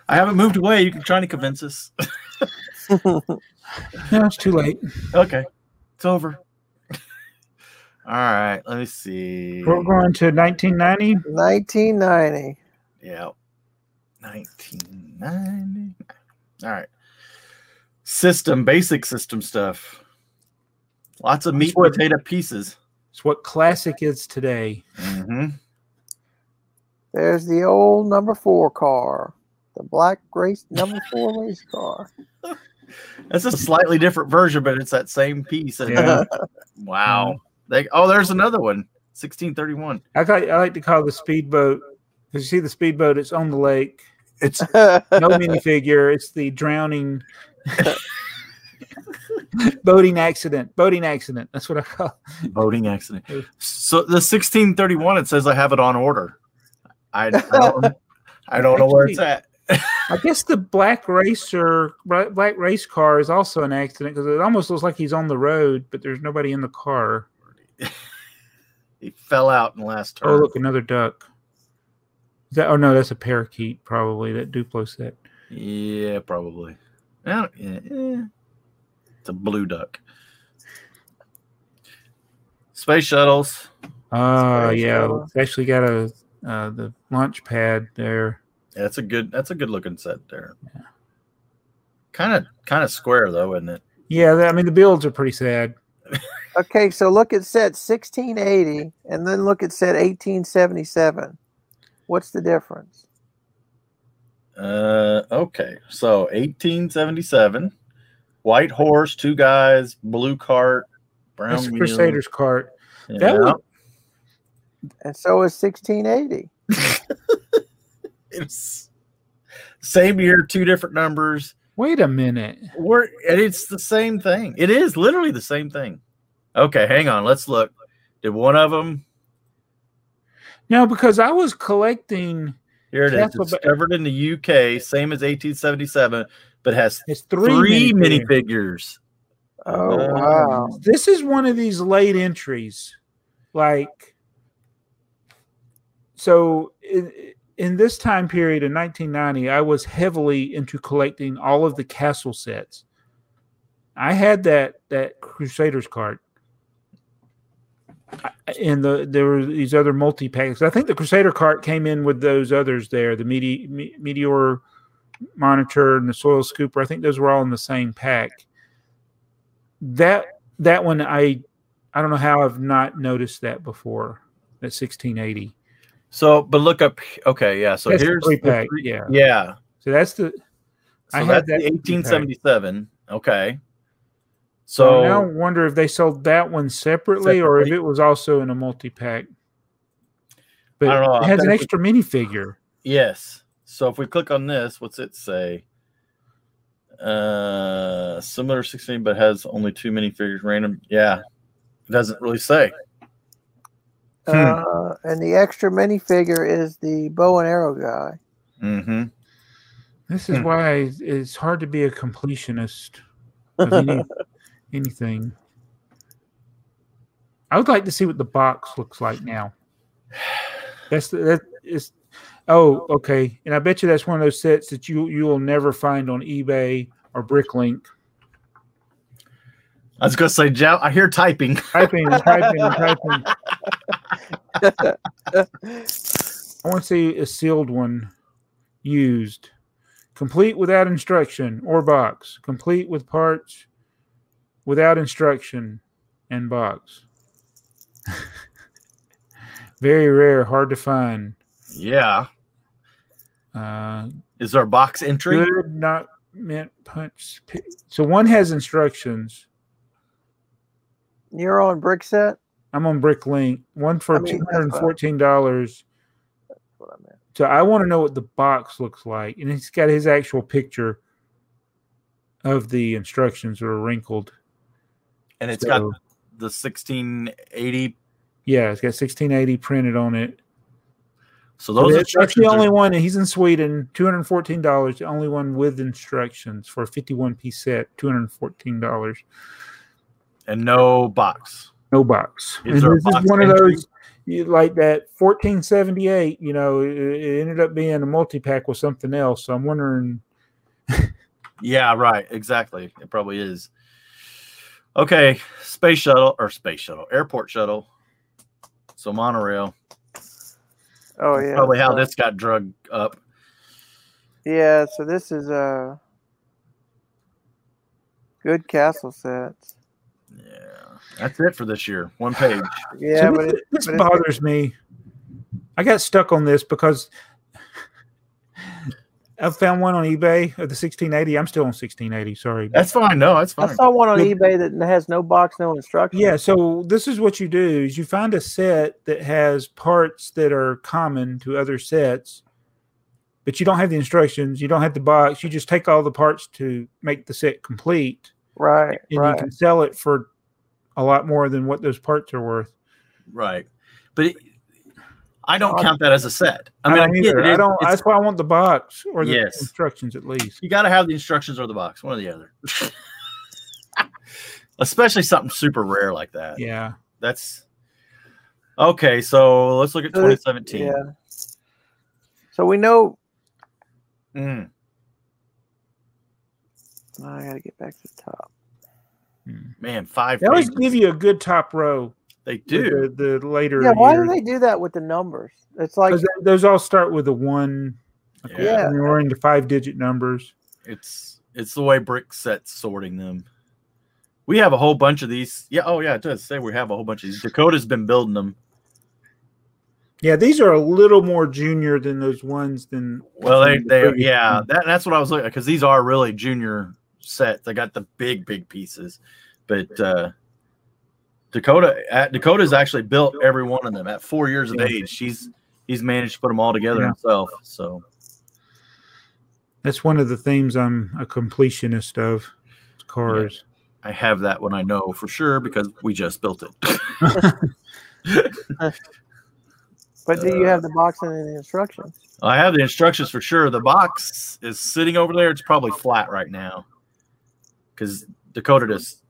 I haven't moved away. You can try to convince us. *laughs* No, it's too late. okay, it's over. *laughs* all right, let me see. We're going to 1990. 1990. Yeah. 1990. All right. System, basic system stuff. Lots of meat That's what- and potato pieces. It's what classic is today. Mm-hmm. hmm There's the old number 4 car. The black race number *laughs* 4 race car. That's a slightly different version, but it's that same piece. And Yeah. *laughs* Mm-hmm. wow. They, oh, there's another one. 1631. I like, I like to call the speedboat because you see the speedboat, it's on the lake. It's No minifigure. It's the drowning *laughs* boating accident. Boating accident. That's what I call boating accident. *laughs* So the 1631, it says I have it on order. I, I *laughs* don't, I don't know where it's at. I guess the black racer, bla- black race car is also an accident because it almost looks like he's on the road, but there's nobody in the car. It fell out in the last Oh, turn. look, another duck. Is that? Oh no, that's a parakeet, probably that Duplo set. Yeah, probably. I don't- yeah, eh. It's a blue duck. Space shuttles. Oh very yeah, cool. it's actually got a uh, the launch pad there. Yeah, that's a good. That's a good looking set there. Kind of, kind of square though, isn't it? Yeah, that, I mean the builds are pretty sad. okay, so look at set 1680 and then look at set 1877. What's the difference? Uh, okay. So 1877, white horse, two guys, blue cart, brown That's wheel. Crusader's cart. That Yeah. would, and so is 1680. It's same year, two different numbers. Wait a minute. We're and it's the same thing. It is literally the same thing. Okay, hang on. Let's look. Did one of them No, because I was collecting. here it is Castle Ba- discovered in the UK, same as 1877, but has It's three, three minifigures. minifigures. Oh Uh, wow! Um, This is one of these late entries. Like, so in, in this time period in 1990, I was heavily into collecting all of the castle sets. I had that that Crusaders card, I- and the there were these other multi packs. I think the Crusader card came in with those others there, the Mete- Me- meteor monitor and the soil scooper. I think those were all in the same pack. That that one I I don't know how I've not noticed that before. That 1680. So, but look up. Okay, yeah. So That's the here's three the pack, three- yeah. yeah. So that's the So I had that's that the three pack. 1877. Okay. So So I now wonder if they sold that one separately or if Separately. it was also in a multi pack. But I don't know. it has an Technically- extra minifigure. yes. So if we click on this, what's it say? Uh, similar 16, but has only two minifigures random. Yeah. It doesn't really say. Hmm. Uh, and the extra minifigure is the bow and arrow guy. Mm-hmm. This is Hmm. why it's hard to be a completionist of any, anything. I would like to see what the box looks like now. That's the, that is. Oh, okay. And I bet you that's one of those sets that you you will never find on eBay or BrickLink. I was gonna say, Jow- I hear typing. Typing and typing and typing. I want to see a sealed one used, complete without instruction or box, complete with parts without instruction and box. *laughs* Very rare, hard to find. Yeah. Uh, Is there a box entry? good, not meant punch. pi- So one has instructions. You're on brick set. I'm on BrickLink. One for I mean, two that's hundred fine. and fourteen dollars. That's what I meant. So I want to know what the box looks like, and it's got his actual picture of the instructions that are wrinkled. And it's So, got the 1680. yeah, it's got 1680 printed on it. So So those that- that's the instructions only are- one. And he's in Sweden, 214 dollars. The only one with instructions for a 51 piece set, 214 dollars. and no box. No box. Is there a and this box is one of entry? those you, like that 1478. You know, it, it ended up being a multi pack with something else. So I'm wondering. Yeah, right. Exactly. It probably is. Okay, space shuttle or space shuttle, airport shuttle. So monorail. Oh yeah. Probably how Uh, this got drugged up. Yeah. So this is uh good castle sets. Yeah. That's it for this year. One *laughs* page. So Yeah, but this, it, this but it's- bothers me. I got stuck on this because I found one on eBay of the 1680. I'm still on 1680. Sorry. That's fine. No, that's I fine. saw one on Well- eBay that has no box, no instructions. Yeah, so this is what you do is you find a set that has parts that are common to other sets, but you don't have the instructions, you don't have the box, you just take all the parts to make the set complete Right. and right. you can sell it for a lot more than what those parts are worth. Right. But it, I don't I- count that as a set. I mean, I, don't get either. it. I don't It's- that's why I want the box or the Yes. instructions at least. you got to have the instructions or the box, one or the other. *laughs* Especially something super rare like that. Yeah. That's okay. So let's look at So this- 2017. Yeah. So we know. Mm. oh, I gotta get back to the top. Man, five. They always Pages. give you a good top row. they with do. the, the later Yeah. Why do years. they do that with the numbers? It's like 'Cause those all start with a one. Yeah. Yeah. and we're into five digit numbers. It's it's the way brick sets sorting them. We have a whole bunch of these. Yeah. Oh yeah, it does say we have a whole bunch of these. Dakota's been building them. Yeah, these are a little more junior than those ones. Than Well, they than the they previous yeah. ones. That, that's what I was looking at because these are really junior sets. They got the big big pieces, but uh Dakota at, Dakota's actually built every one of them at four years of age. She's he's managed to put them all together Yeah. himself. So That's one of the things I'm a completionist of cars. I have that one I know for sure because we just built it. But do you uh, have the box and the instructions? I have the instructions for sure. The box is sitting over there. It's probably flat right now because Dakota just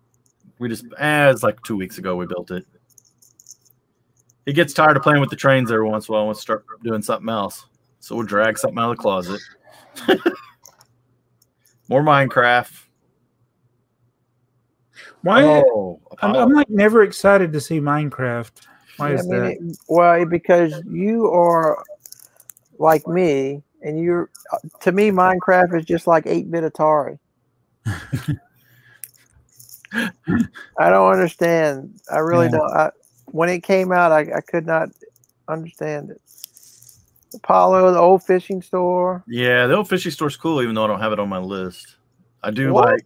we just eh, it's like two weeks ago we built it. He gets tired of playing with the trains every once in a while. and Wants to start doing something else, so we'll drag something out of the closet. *laughs* More Minecraft. Why? oh, I'm, I'm like never excited to see Minecraft. Why Yeah, is that? it- well, it- because you are like me, and you're uh, to me, Minecraft is just like eight bit *laughs* Atari. I don't understand. I really Yeah. don't. I, when it came out, I, I could not understand it. Apollo, the old fishing store. Yeah, the old fishy store's cool, even though I don't have it on my list. I do What? like.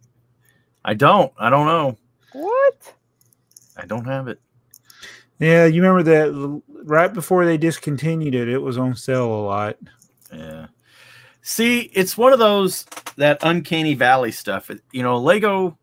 I don't. I don't know. What? I don't have it. yeah, you remember that l- right before they discontinued it, it was on sale a lot. Yeah. See, it's one of those that uncanny valley stuff. It- You know, Lego.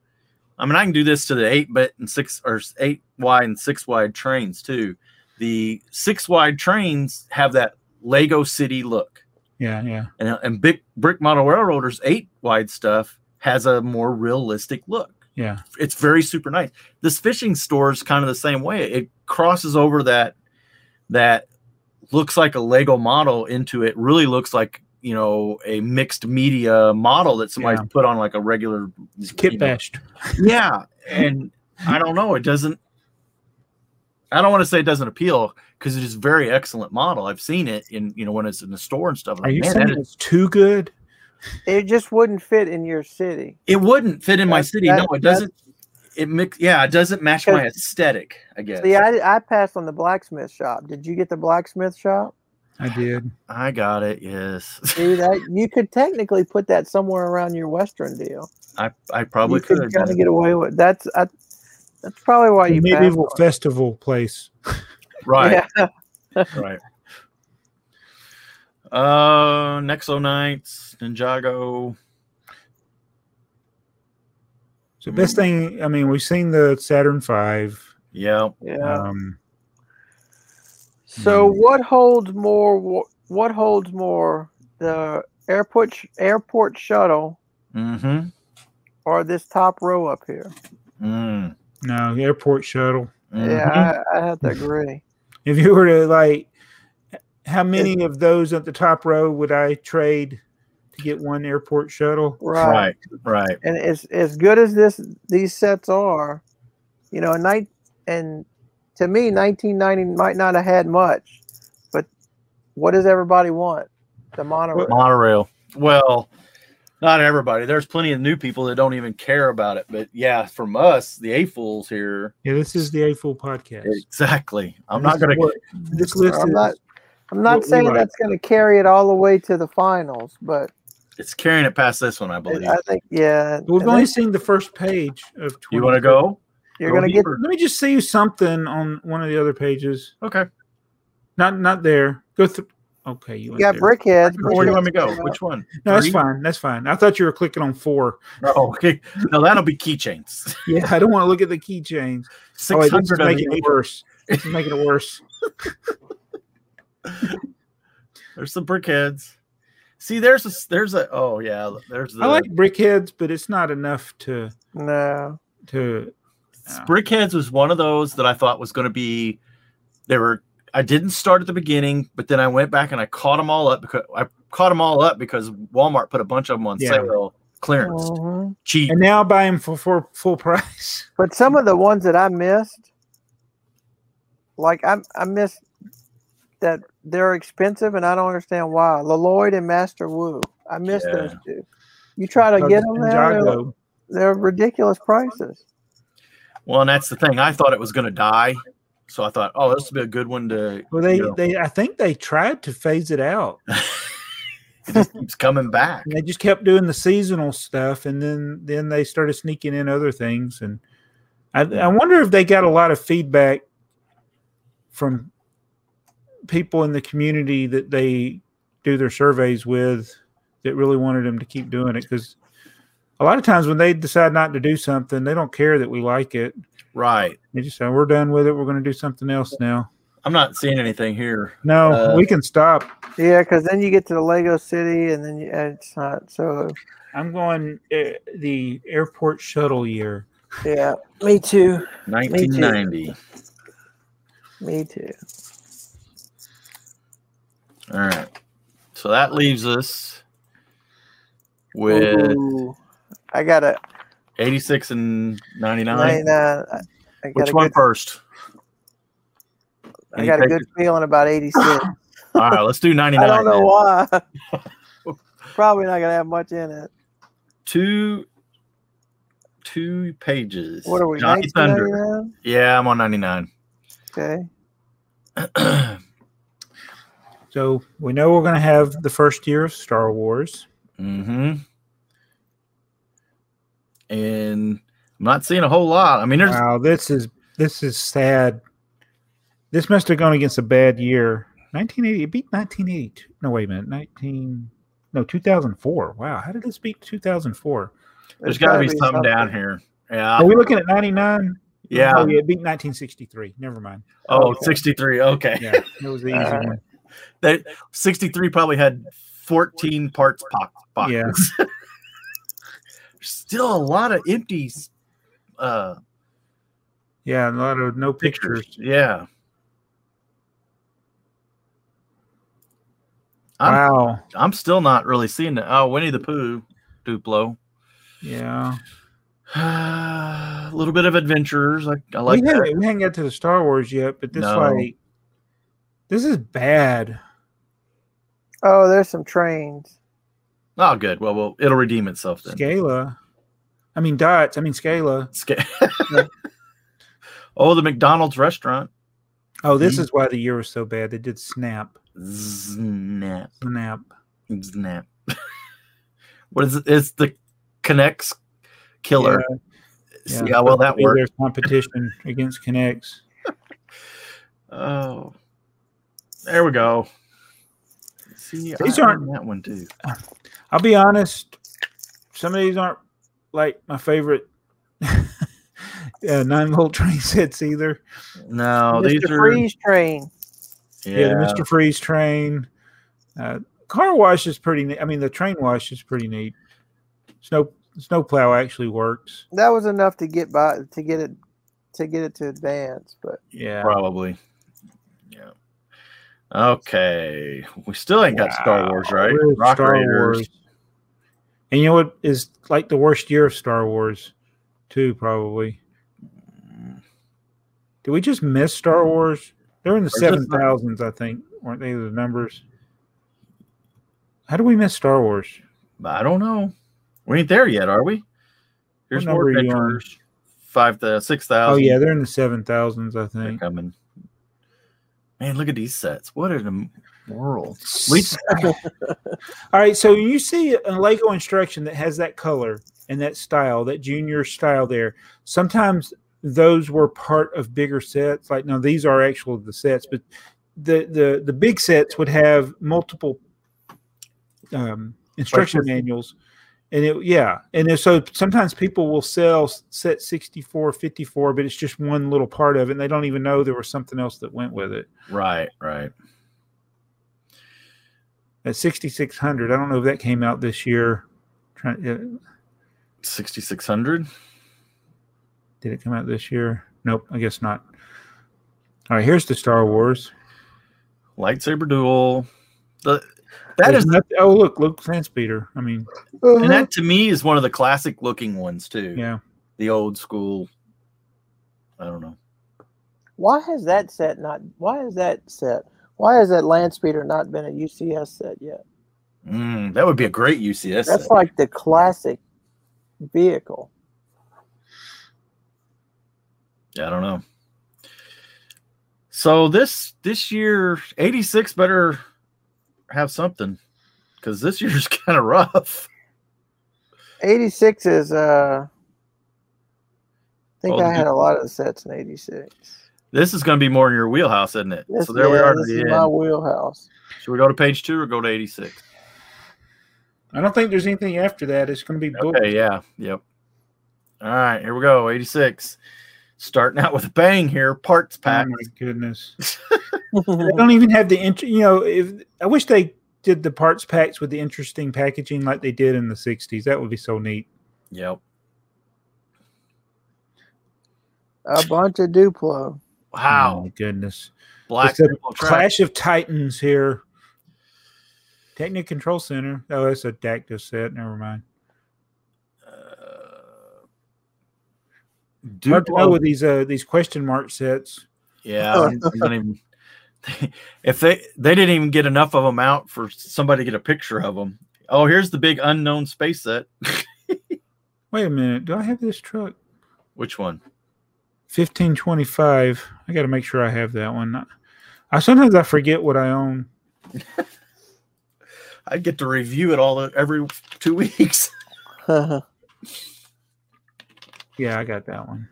I mean, I can do this to the eight bit and six or eight wide and six wide trains too. The six wide trains have that Lego City look, Yeah, yeah. and and big brick model railroaders eight wide stuff has a more realistic look. Yeah. it's very super nice. This fishing store is kind of the same way. It crosses over that that looks like a Lego model into it really looks like you know a mixed media model that somebody's put on like a regular It's you kit know. *laughs* bashed. yeah and i don't know it doesn't i don't want to say it doesn't appeal because it is a very excellent model i've seen it in you know when it's in the store and stuff Are you Man, that saying is- it's too good? It just wouldn't fit in your city. it wouldn't fit in my That- city that- no it doesn't it mix yeah it doesn't match my aesthetic i guess See, I, I passed on the blacksmith shop. Did you get the blacksmith shop? I did. I got it. Yes, See that you could technically put that somewhere around your Western deal. *laughs* I, I probably you could. kind yeah. of get away with that's. I, that's probably why you passed medieval on it. festival place. Right, Yeah. right. Uh, Nexo Knights, Ninjago. So best Mm-hmm. thing. I mean, we've seen the Saturn Five. Yeah, Uh, hmm. yeah. Um, So Mm. what holds more? wa- What holds more? The airport sh- airport shuttle mm-hmm. or this top row up here? Mm. no airport shuttle. mhm. Yeah, I, I have to agree. If you were to like, how many of those at the top row would I trade to get one airport shuttle? Right. Right, right. And as as good as this these sets are, you know, and night and to me, 1990 might not have had much, but what does everybody want? The monorail. Monorail. Well, not everybody. There's plenty of new people that don't even care about it. But yeah, from us, the A fools here. Yeah, this is the A Fool podcast. Exactly. I'm not gonna. What- This list I'm is not- I'm not Well, saying right. that's going to carry it all the way to the finals, but It's carrying it past this one, I it- believe. I think yeah, We've and only then seen the first page of. you want to 20. go? you're going to get Let me just see something on one of the other pages. Okay. Not, not there. Go through. Okay, you, you went got there. brickheads. Where do you want me to go? brickheads, Which one? No, that's Three? fine. That's fine. I thought you were clicking on four. *laughs* No, Oh, okay. No, that'll be keychains. *laughs* Yeah, *laughs* I don't want to look at the keychains. Oh, Six wait, this is hundred of making the it worse. This is making it worse. There's some brickheads. See, there's a there's a oh yeah, there's the I like brickheads, but it's not enough to No, to. brickheads was one of those that I thought was going to be. They were I didn't start at the beginning, but then I went back and I caught them all up because I caught them all up because Walmart put a bunch of them on Yeah. sale clearance Mhm. cheap. And now buy them for, for full price. but some of the ones that I missed, like I I missed that they're expensive, and I don't understand why. Lloyd and Master Wu, I missed Yeah. those two. You *laughs* try to get them now, they're, Ninjago. they're ridiculous prices. Well, and that's the thing. I thought it was going to die, so I thought, oh, this will be a good one to. Well, they, you know, they, I think they tried to phase it out. it just keeps coming back. And they just kept doing the seasonal stuff, and then then they started sneaking in other things, and I, I wonder if they got a lot of feedback from people in the community that they do their surveys with that really wanted them to keep doing it because a lot of times when they decide not to do something, they don't care that we like it. Right. They just say we're done with it. We're going to do something else now. I'm not seeing anything here. No, Uh, we can stop. Yeah, because then you get to the Lego City, and then you, uh, it's not so. I'm going uh, the airport shuttle year. Yeah, me too. 1990. Me too. All right. So that leaves us with Ooh, I got a 86 and 99. 99. I, I got Which a one good, first? I got a good feeling about 86. All right, let's do 99. *laughs* I don't know why. *laughs* Probably not gonna have much in it. Two two pages. What are we? Johnny Thunder. 1999? Yeah, I'm on *clears throat* 99. Okay. So we know we're going to have the first year of Star Wars. hmm And I'm not seeing a whole lot. I mean, there's Wow, this is this is sad. This must have gone against a bad year. 1980 it beat 1982. No, wait a minute. 19 No, 2004. Wow, how did this beat 2004? there's got to be something down here. Are Yeah. we looking at 99? Uh, Yeah. *laughs* Oh, yeah, it beat 1963. Never mind. Oh, Okay. 63. Okay. Yeah, it was the easy All *laughs* right. one. That 63 probably had 14 parts pock- pockets. Still a lot of empty uh, Yeah, a lot of no pictures. pictures. Yeah. I'm- Wow. I'm still not really seeing it. Oh, Winnie the Pooh, Duplo. Yeah. *sighs* A little bit of adventurers. I, I like we, that. haven't, we haven't got to the Star Wars yet, but this No. like this is bad. Oh, there's some trains. Oh, good. Well, well, it'll redeem itself then. Scala. I mean dots. I mean Scala. Sca- *laughs* oh, the McDonald's restaurant. Oh, this Mhm. is why the year was so bad. They did snap. Snap, Snap. snap. *laughs* what is it? It's the Connects killer. Yeah, well, that was worked. Their competition against Connects. Oh, there we go. See, These I aren't- own that one too. I'll be honest. Some of these aren't like my favorite *laughs* uh, nine volt train *laughs* sets either. No, Mr. Oh, these are Freeze train. Yeah, the Mister Freeze train. Uh, car wash is pretty. neat. I mean, the train wash is pretty neat. Snow snowplow actually works. That was enough to get by to get it to get it to advance, but Yeah. probably. Yeah. Okay, we still ain't got Star Wars, right? Real Rock Star Raiders. Wars. And you know what is like the worst year of Star Wars, too, probably. Mm, Did we just miss Star Wars? They're in the Or seven just- thousands, I think, weren't they? The numbers. How do we miss Star Wars? I don't know. We ain't there yet, are we? Here's number more are you on? adventurers. Five to six Oh thousand. yeah, they're in the seven thousands, I they're think. coming. Man, look at these sets. What in the world? All right, so you see a Lego instruction that has that color and that style, that junior style there. Sometimes those were part of bigger sets. Like no, these are actual the sets, but the the the big sets would have multiple um, instruction Like- manuals. And it, yeah, and if- so sometimes people will sell s- set 64, 54, but it's just one little part of it, and they don't even know there was something else that went with it. Right, right. At 6600, I don't know if that came out this year. Trying, uh, Sixty six hundred. Did it come out this year? Nope, I guess not. All right, here's the Star Wars. Lightsaber duel. The that There's is noth- oh look, Luke Landspeeder. I mean, and that to me is one of the classic looking ones too. yeah, The old school. I don't know. *laughs* why has that set not? Why is that set? Why has that land speeder not been a UCS set yet? Mm, that would be a great UCS. That's set. like the classic vehicle. Yeah, I don't know. So this this year, eighty six better have something because this *laughs* year's kind of rough. 86 is uh think Well, I had a lot of the sets in '86. This is going to be more in your wheelhouse, isn't it? This- so there we are. This at is the my end. wheelhouse. Should we go to page two or go to 86? I don't think there's anything after that. It's going to be booked. Okay, yeah, yep. All right, here we go. 86. Starting out with a bang here. Parts Oh pack. my goodness! They don't even have the int- You know, if I wish they did the parts packs with the interesting packaging like they did in the '60s. That would be so neat. Yep. a bunch of Duplo. Wow. Oh my goodness! Black It's a triple track. Clash of Titans here. Technic Control Center. Oh, that's a Dactyl set. Never mind. Uh, Hard to know Duplo- with these uh, these question mark sets. Yeah, I don't- I don't even. *laughs* If they they didn't even get enough of them out for somebody to get a picture of them. Oh, here's the big unknown space set. Wait a minute. Do I have this truck? Which one? Fifteen twenty five. I got to make sure I have that one. I, I sometimes I forget what I own. I get to review it all every two *laughs* weeks. little Yeah, I got that one.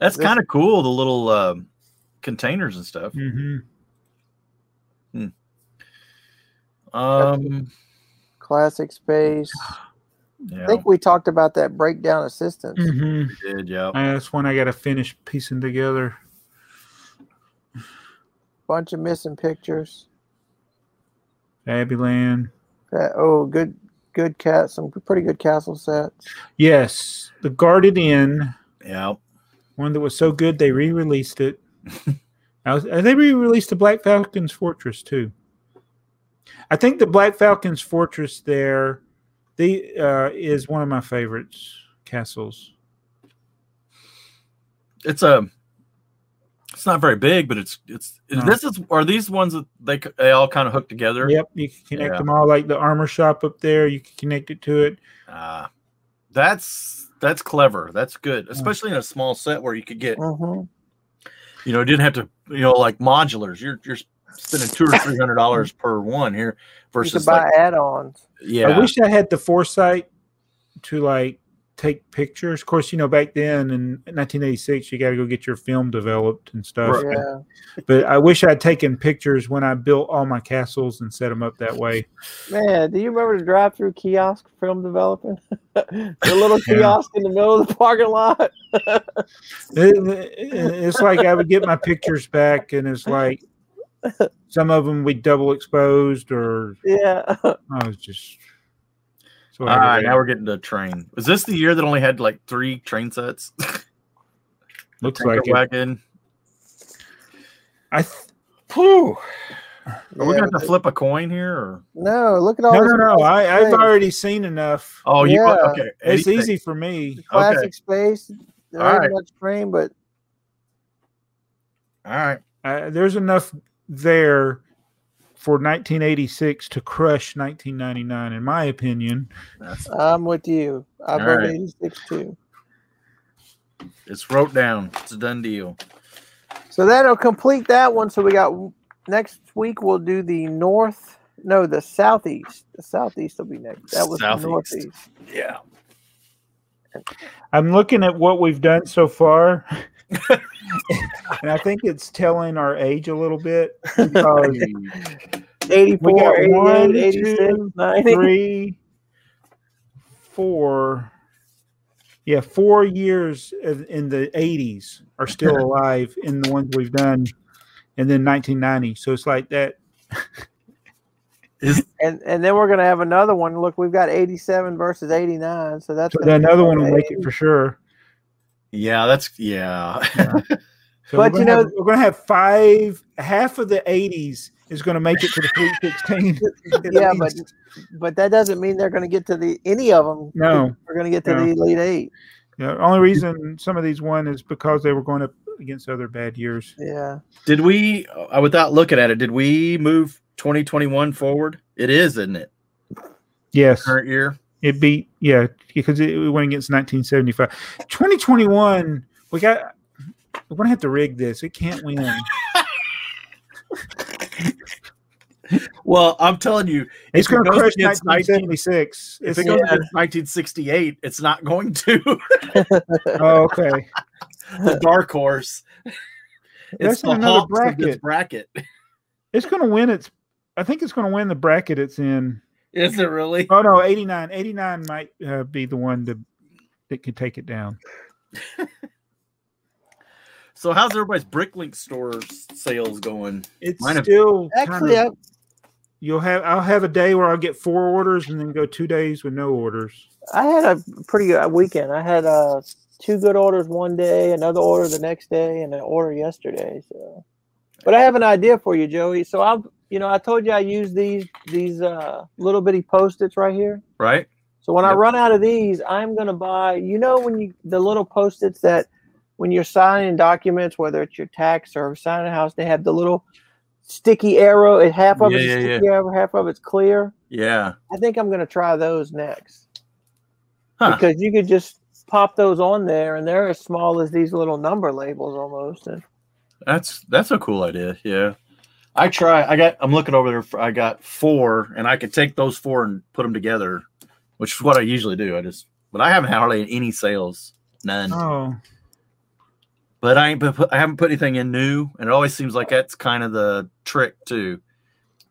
That's kind of cool. The little um, containers and stuff. hmm Um, classic space. I yeah, think we talked about that breakdown assistance. hmm we did yeah. That's one I got to finish piecing together. Bunch of missing pictures. Fabuland. That oh, good, good cat. Some pretty good castle sets. Yes, the Guarded Inn. Yeah, One that was so good they re-released it. I was, uh, they re-released the Black Falcon's Fortress too. I think the Black Falcon's Fortress there, the uh, is one of my favorites castles. it's a. It's not very big, but it's it's. No. This is are these ones that they c- they all kind of hook together. Yep, you can connect Yeah. them all. Like the armor shop up there, you can connect it to it. Ah, that's that's clever. That's good, especially in a small set where you could get hmm you know didn't have to you know like modulars. You're you're spending two or three hundred *laughs* dollars per one here You could versus buy like add-ons. yeah I wish I had the foresight to like take pictures. Of course, you know back then in 1986, you got to go get your film developed and stuff. Right. Yeah, But I wish I'd taken pictures when I built all my castles and set them up that way. man. Do you remember the drive-through kiosk film developing? *laughs* the little Yeah. kiosk in the middle of the parking lot. *laughs* It- it- it's like I would get my pictures back, and it's like some of them we double exposed, or Yeah, I was just. So all right, aggravated. Ah, now we're getting to train. Was this the year that only had like three train sets? *laughs* looks Tanker like it. wagon. I. Th- Whew. Are we Yeah, gonna have to flip a coin here? Or? No, look at all No, this no, no. classic I, I've space. already seen enough. Oh, you Yeah. okay? It's 86. easy for me. classic space. There All ain't right. much frame, but All right, Uh, there's enough there for 1986 to crush 1999, in my opinion. That's, I'm with you. I All vote right. 86 too. it's wrote down. It's a done deal. So that'll complete that one. So we got next week. We'll do the north. No, the southeast. The southeast will be next. That was Southeast. the northeast. Yeah. I'm looking at what we've done so far, *laughs* and I think it's telling our age a little bit. *laughs* Because 84, 88, one, 86, two, 90. three, four, yeah, four years of- in the 80s are still alive in the ones we've done, and then 1990. So it's like that. And and then we're gonna have another one. Look, we've got 87 versus 89. So that's So gonna then be another one will about make it 80. for sure. Yeah, that's yeah. So But, we're you gonna know- have- we're going to have five, half of the 80s is going to make it to the Sweet 16. at Yeah, but least. but that doesn't mean they're gonna get to the any of them. No. we're gonna get to No. the elite eight. Yeah, the only reason some of these won is because they were going up against other bad years. Yeah. *laughs* Did we, uh, without looking at it, did we move 2021 forward? It is, isn't it? Yes, Current year. it beat yeah because it, it went against 1975, 2021. We got we're gonna have to rig this. It can't win. Well, I'm telling you, If It's it going to goes crush against 1976. if It's, it goes Yeah. against 1968, it's not going to *laughs* *laughs* oh, okay. the dark horse. That's It's in the another Hawks of this bracket. *laughs* It's going to win its. I think it's going to win the bracket it's in. Is it really? Oh no, 89. 89 might uh, be the one to, that could take it down. So, how's everybody's Bricklink store sales going? It's Mine have- still kind Actually, of- I, you'll have. I'll have a day where I'll get four orders and then go two days with no orders. I had a pretty good weekend. I had uh, two good orders one day, another order the next day, and an order yesterday. So, but I have an idea for you, Joey. So I'm, you know, I told you I use these these uh, little bitty post its right here. Right? So when I Yep. run out of these, I'm gonna buy. You know, when you the little post-its that when you're signing documents, whether it's your tax or signing a house, they have the little sticky arrow. It half of Yeah, it's yeah, yeah. sticky arrow, half of it's clear. Yeah. I think I'm gonna try those next Huh. because you could just pop those on there, and they're as small as these little number labels almost. And That's that's a cool idea. Yeah. I try. I got. I'm looking over there. For, I got four, and I could take those four and put them together, which is what I usually do. I just, but I haven't had hardly any sales, none. Oh, But I ain't. Put, I haven't put anything in new, and it always seems like that's kind of the trick too.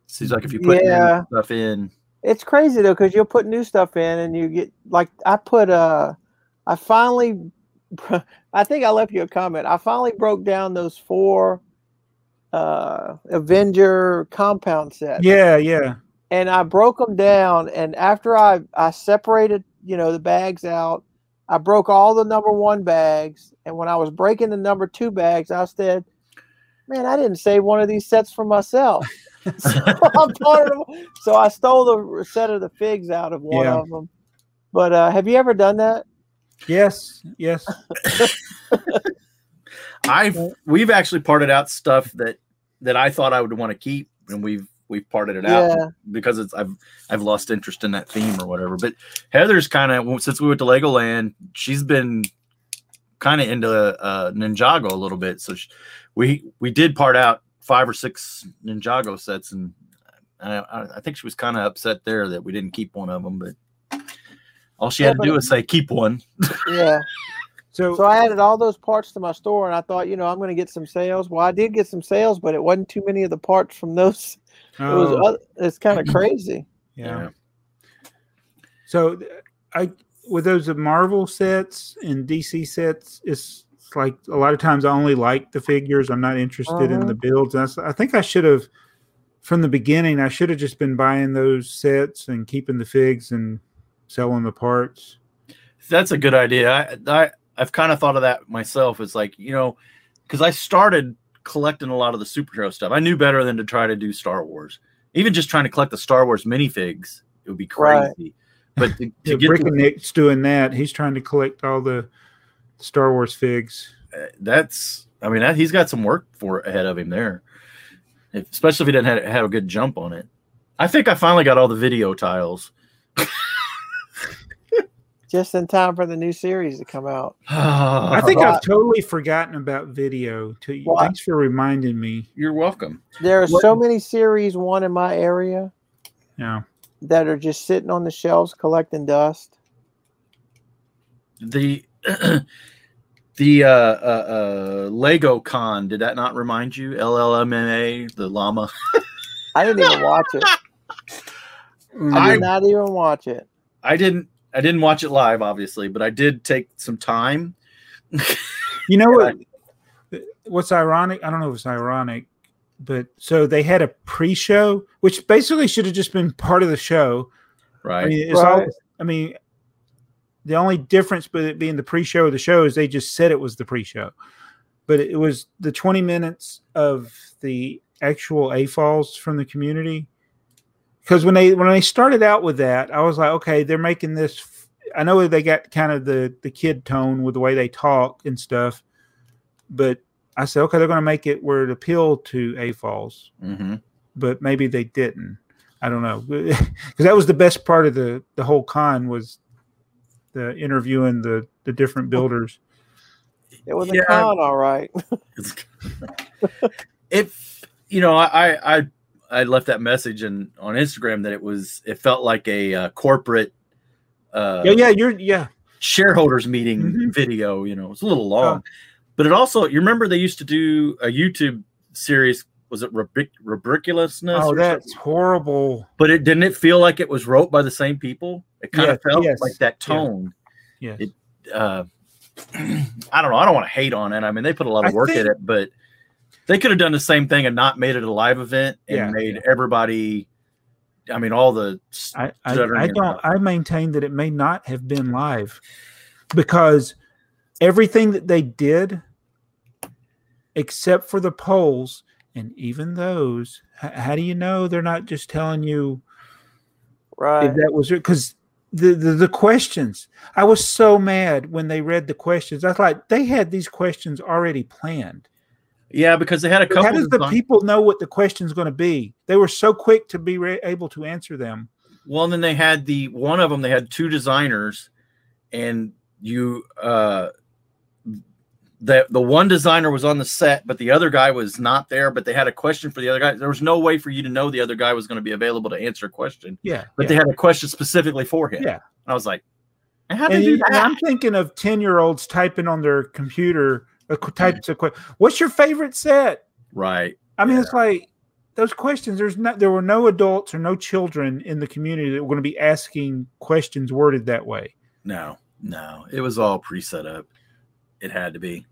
Seems like if you put new Yeah. stuff *laughs* in, It's crazy though, because you'll put new stuff in, and you get like I put. uh I finally, *laughs* I think I left you a comment. I finally broke down those four uh Avenger compound sets, yeah, yeah. and I broke them down. And after I I separated, you know, the bags out, I broke all the number one bags, and when I was breaking the number two bags, I said. Man, I didn't save one of these sets for myself. *laughs* I'm part of them. So I stole the set of the figs out of one Yeah. of them. But uh, have you ever done that? Yes, yes. I've we've actually parted out stuff that that I thought I would want to keep, and we've we've parted it out. Yeah. because it's I've I've lost interest in that theme or whatever. But Heather's kind of since we went to Legoland, she's been kind of into uh, Ninjago a little bit. So she, we we did part out five or six Ninjago sets, and I, I- I think she was kind of upset there that we didn't keep one of them. But all she had to do was say keep one. Yeah. So, So I added all those parts to my store and I thought, you know, I'm going to get some sales. Well, I did get some sales, but it wasn't too many of the parts from those. It was, oh, oth- it's *clears throat* kind of crazy. yeah. So th- I with those Marvel sets and DC sets, it's it's like a lot of times I only like the figures. I'm not interested in Mhm. the builds. And I s- I think I should have from the beginning. I should have just been buying those sets and keeping the figs and selling the parts. That's a good idea. I, I I've kind of thought of that myself. It's like you know, because I started collecting a lot of the superhero stuff. I knew better than to try to do Star Wars. Even just trying to collect the Star Wars minifigs, it would be Right. crazy. But *laughs* to, Yeah, to get Brick to, and Nick's doing that. He's trying to collect all the Star Wars figs. uh, that's, I mean, that, he's got some work for ahead of him there. If, especially if he didn't have, have a good jump on it. I think I finally got all the video tiles. *sighs* Just in time for the new series to come out. I think Right. I've totally forgotten about video. To, Well, I- thanks for reminding me. you're welcome. There are What- so many series one in my area Yeah. that are just sitting on the shelves collecting dust. the *clears throat* the uh, uh, uh, Lego Con. Did that not remind you? LLMNA, the llama. I didn't even watch it. I I- did not even watch it. I didn't. I didn't watch it live, obviously, but I did take some time. You know what? What's ironic? I don't know if it's ironic, but so they had a pre-show, which basically should have just been part of the show. I Right. mean, it's all. Right. I mean, the only difference with it being the pre-show of the show is they just said it was the pre-show, but it was the twenty minutes of the actual A falls from the community. Because when they when they started out with that, I was like, okay, they're making this. f- I know they got kind of the the kid tone with the way they talk and stuff, but I said, okay, they're going to make it where it appealed to A falls *laughs* Mhm. but maybe they didn't. I don't know *laughs* because that was the best part of the the whole con was the interviewing the the Oh, different builders. It was Yeah. a con, all right. It's- if you know, I I I- I left that message and on Instagram that it was it felt like a uh, corporate uh, yeah, yeah, you're yeah. shareholders meeting Mhm. video. You know, it's a little long, but it also you remember they used to do a YouTube series. Was it rubric- rubriculousness? Oh, or that's horrible. but it didn't it feel like it was wrote by the same people it kind Yes, of felt yes, like that yeah. tone Yes. It- uh *clears throat* i don't know i don't want to hate on it i mean they put a lot of I work at think- it but they could have done the same thing and not made it a live event and Yeah, made yeah. everybody i mean all the I, I, Stuttering I and don't. I maintain that it may not have been live because everything that they did, except for the polls, and even those, h- how do you know they're not just telling you *laughs* Right. if that was because the, the the questions? I was so mad when they read the questions. I was like, they had these questions already planned. yeah because they had a couple How does of the songs- people know what the question's going to be? They were so quick to be re- able to answer them. Well, and then they had the one of them. They had two designers, and you uh, the the one designer was on the set, but the other guy was not there. But they had a question for the other guy. There was no way for you to know the other guy was going to be available to answer a question. Yeah, But yeah. they had a question specifically for him. Yeah. and I was like, "How do and, they do you- and that?" I'm thinking of 10 year olds typing on their computer uh, qu- types of questions. What's your favorite set? Right. I mean, it's like those questions. There's not, there were no adults or no children in the community that were going to be asking questions worded that way. No, no, it was all pre-set up. It had to be.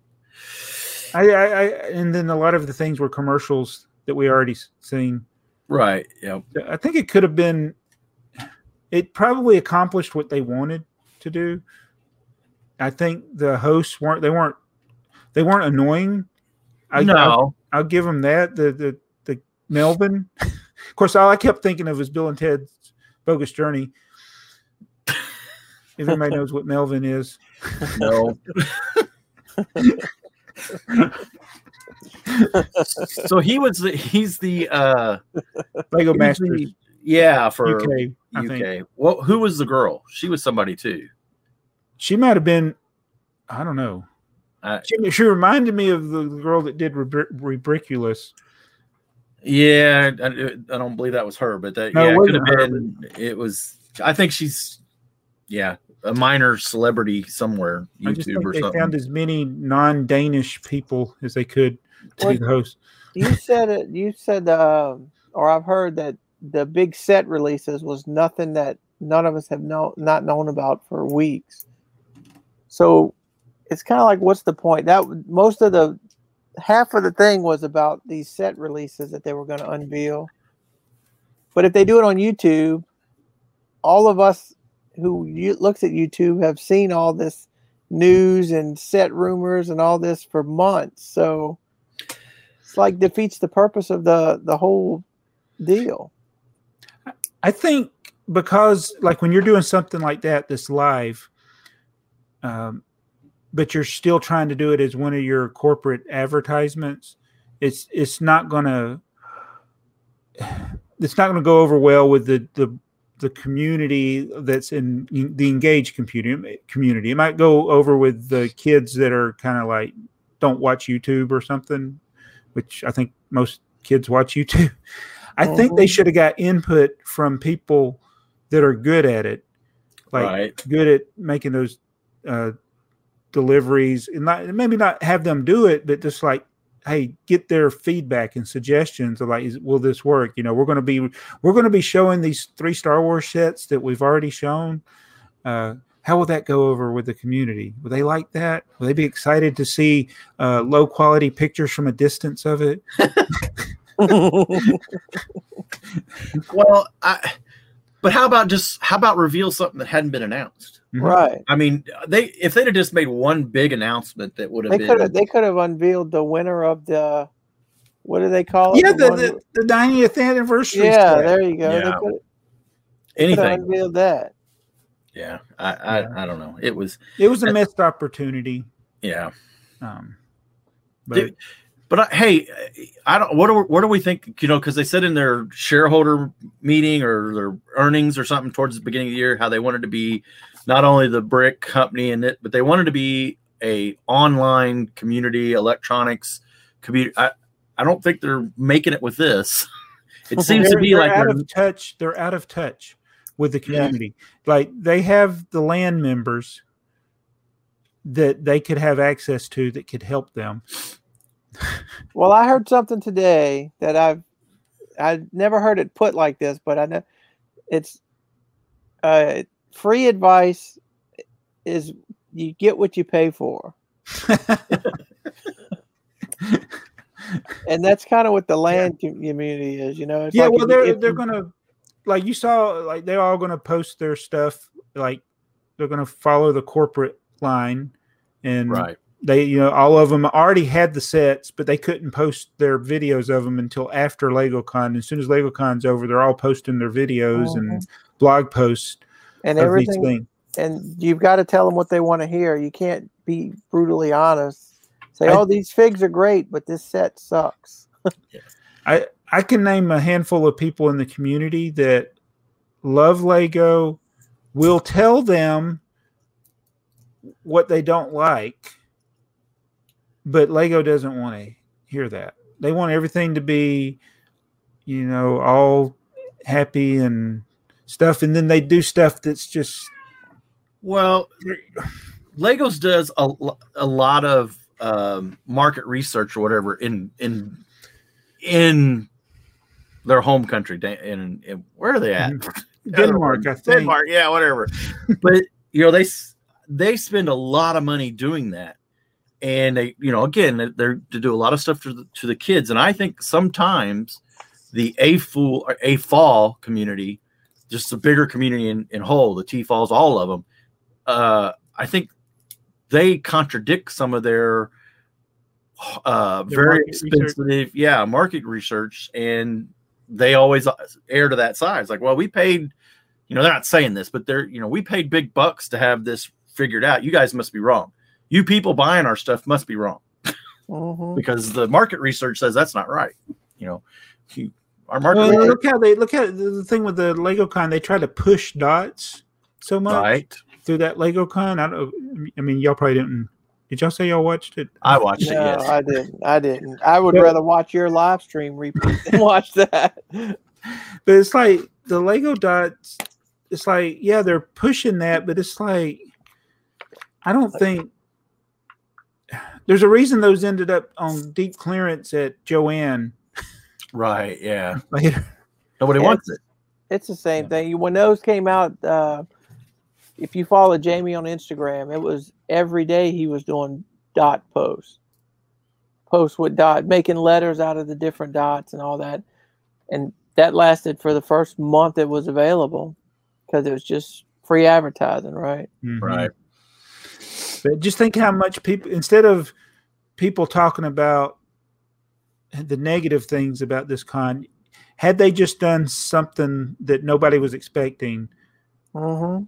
I, I, I and then a lot of the things were commercials that we already s- seen. Right. Yeah. So I think it could have been, it probably accomplished what they wanted to do. I think the hosts weren't, they weren't, they weren't annoying. I, I no. I'll give him that. The the the Melvin. *laughs* of course, all I kept thinking of was Bill and Ted's Bogus Journey. If *laughs* anybody knows what Melvin is, *laughs* No. so he was the he's the uh Lego he's Masters the- yeah for UK. UK. I think Well, who was the girl? She was somebody too. she might have been. I don't know. I- she, she reminded me of the girl that did Rubri- Rubriculus. Yeah, I, I don't believe that was her, but that No, it yeah, it could have wasn't her, been. It was. I think she's yeah a minor celebrity somewhere, I just YouTube think or they something. found as many non-Danish people as they could to Well, be the host. you said it. You said, um, or I've heard that the big set releases was nothing that none of us have know, not known about for weeks. So it's kind of like, what's the point? That most of the half of the thing was about these set releases that they were going to unveil. But if they do it on YouTube, all of us who you, looks at YouTube have seen all this news and set rumors and all this for months. So it's like defeats the purpose of the the whole deal. I think because like when you're doing something like that that's live, um, but you're still trying to do it as one of your corporate advertisements, it's it's not gonna it's not gonna go over well with the the the community that's in the engaged community community. It might go over with the kids that are kind of like don't watch YouTube or something, which I think most kids watch YouTube. I think they Mhm. should have got input from people that are good at it, like right. good at making those uh, deliveries, and not maybe not have them do it, but just like, hey, get their feedback and suggestions of like, is, will this work? You know, we're going to be we're going to be showing these three Star Wars sets that we've already shown. Uh, how will that go over with the community? Will they like that? Will they be excited to see uh, low quality pictures from a distance of it? Well, I. But how about just how about reveal something that hadn't been announced? Mm-hmm. right. I mean, they if they'd have just made one big announcement that would have They been could have they could have unveiled the winner of the what do they call it? Yeah, the, one- the, the 90th anniversary. yeah, set. there you go. Yeah. They could could have anything. unveiled that. Yeah, I, I I don't know. It was *laughs* it was a missed opportunity. yeah. Um, but Dude, But I, hey, I don't. What do we, what do we think? You know, because they said in their shareholder meeting or their earnings or something towards the beginning of the year how they wanted to be not only the brick company and it, but they wanted to be a online community electronics community. I, I don't think they're making it with this. *laughs* It seems to They're- be they're like out we're- of touch. They're out of touch with the Yeah. community. Like they have the land members that they could have access to that could help them. Well, I heard something today that I've I never heard it put like this, but I know it's uh, free advice is you get what you pay for, and that's kind of what the land com- community is. You know, it's yeah, like well, if- they're if they're you- gonna like you saw like they're all gonna post their stuff like they're gonna follow the corporate line and right. they you know all of them already had the sets but they couldn't post their videos of them until after legocon as soon as legocon's over they're all posting their videos Mm-hmm. and blog posts and of these everything, things and you've got to tell them what they want to hear. You can't be brutally honest. Say, I- "Oh, these figs are great, but this set sucks." i can name a handful of people in the community that love lego will tell them what they don't like but lego doesn't want to hear that they want everything to be you know all happy and stuff and then they do stuff that's just Well, Legos does a, lo- a lot of um, market research or whatever in in in their home country. Dan- In, in where are they *laughs* at? Mhm. Denmark, I think. Denmark, yeah, whatever. but you know they s- they spend a lot of money doing that, and they you know again they- they're to do a lot of stuff to the, to the kids, and I think sometimes the a fool or a fall community, just the bigger community in, in whole, the T falls, all of them. Uh, I think they contradict some of their uh, Their very market research. expensive, yeah, market research, and they always uh, err to that side. It's like, well, we paid, you know, they're not saying this, but they're, you know, we paid big bucks to have this figured out. You guys must be wrong. You people buying our stuff must be wrong Mhm. because the market research says that's not right. You know, you- our market Well, research, look how they look at the the thing with the Lego Con. They try to push dots so much right? through that Lego Con. I don't. I mean, y'all probably didn't. Did y'all say y'all watched it? I watched No, it. Yes. I didn't. I didn't. I would Yeah. rather watch your live stream repeat than *laughs* watch that. But it's like the Lego dots. It's like yeah, they're pushing that, but it's like I don't think there's a reason those ended up on deep clearance at Joanne right. Yeah. later. Nobody Yeah. wants it. It's the same Yeah. thing. You- When those came out, uh, if you follow Jamie on Instagram, it was every day he was doing dot posts, posts with dot, making letters out of the different dots and all that. And that lasted for the first month it was available because it was just free advertising, right? Mhm. Right. But just think how much people instead of people talking about the negative things about this con, had they just done something that nobody was expecting, Mm-hmm.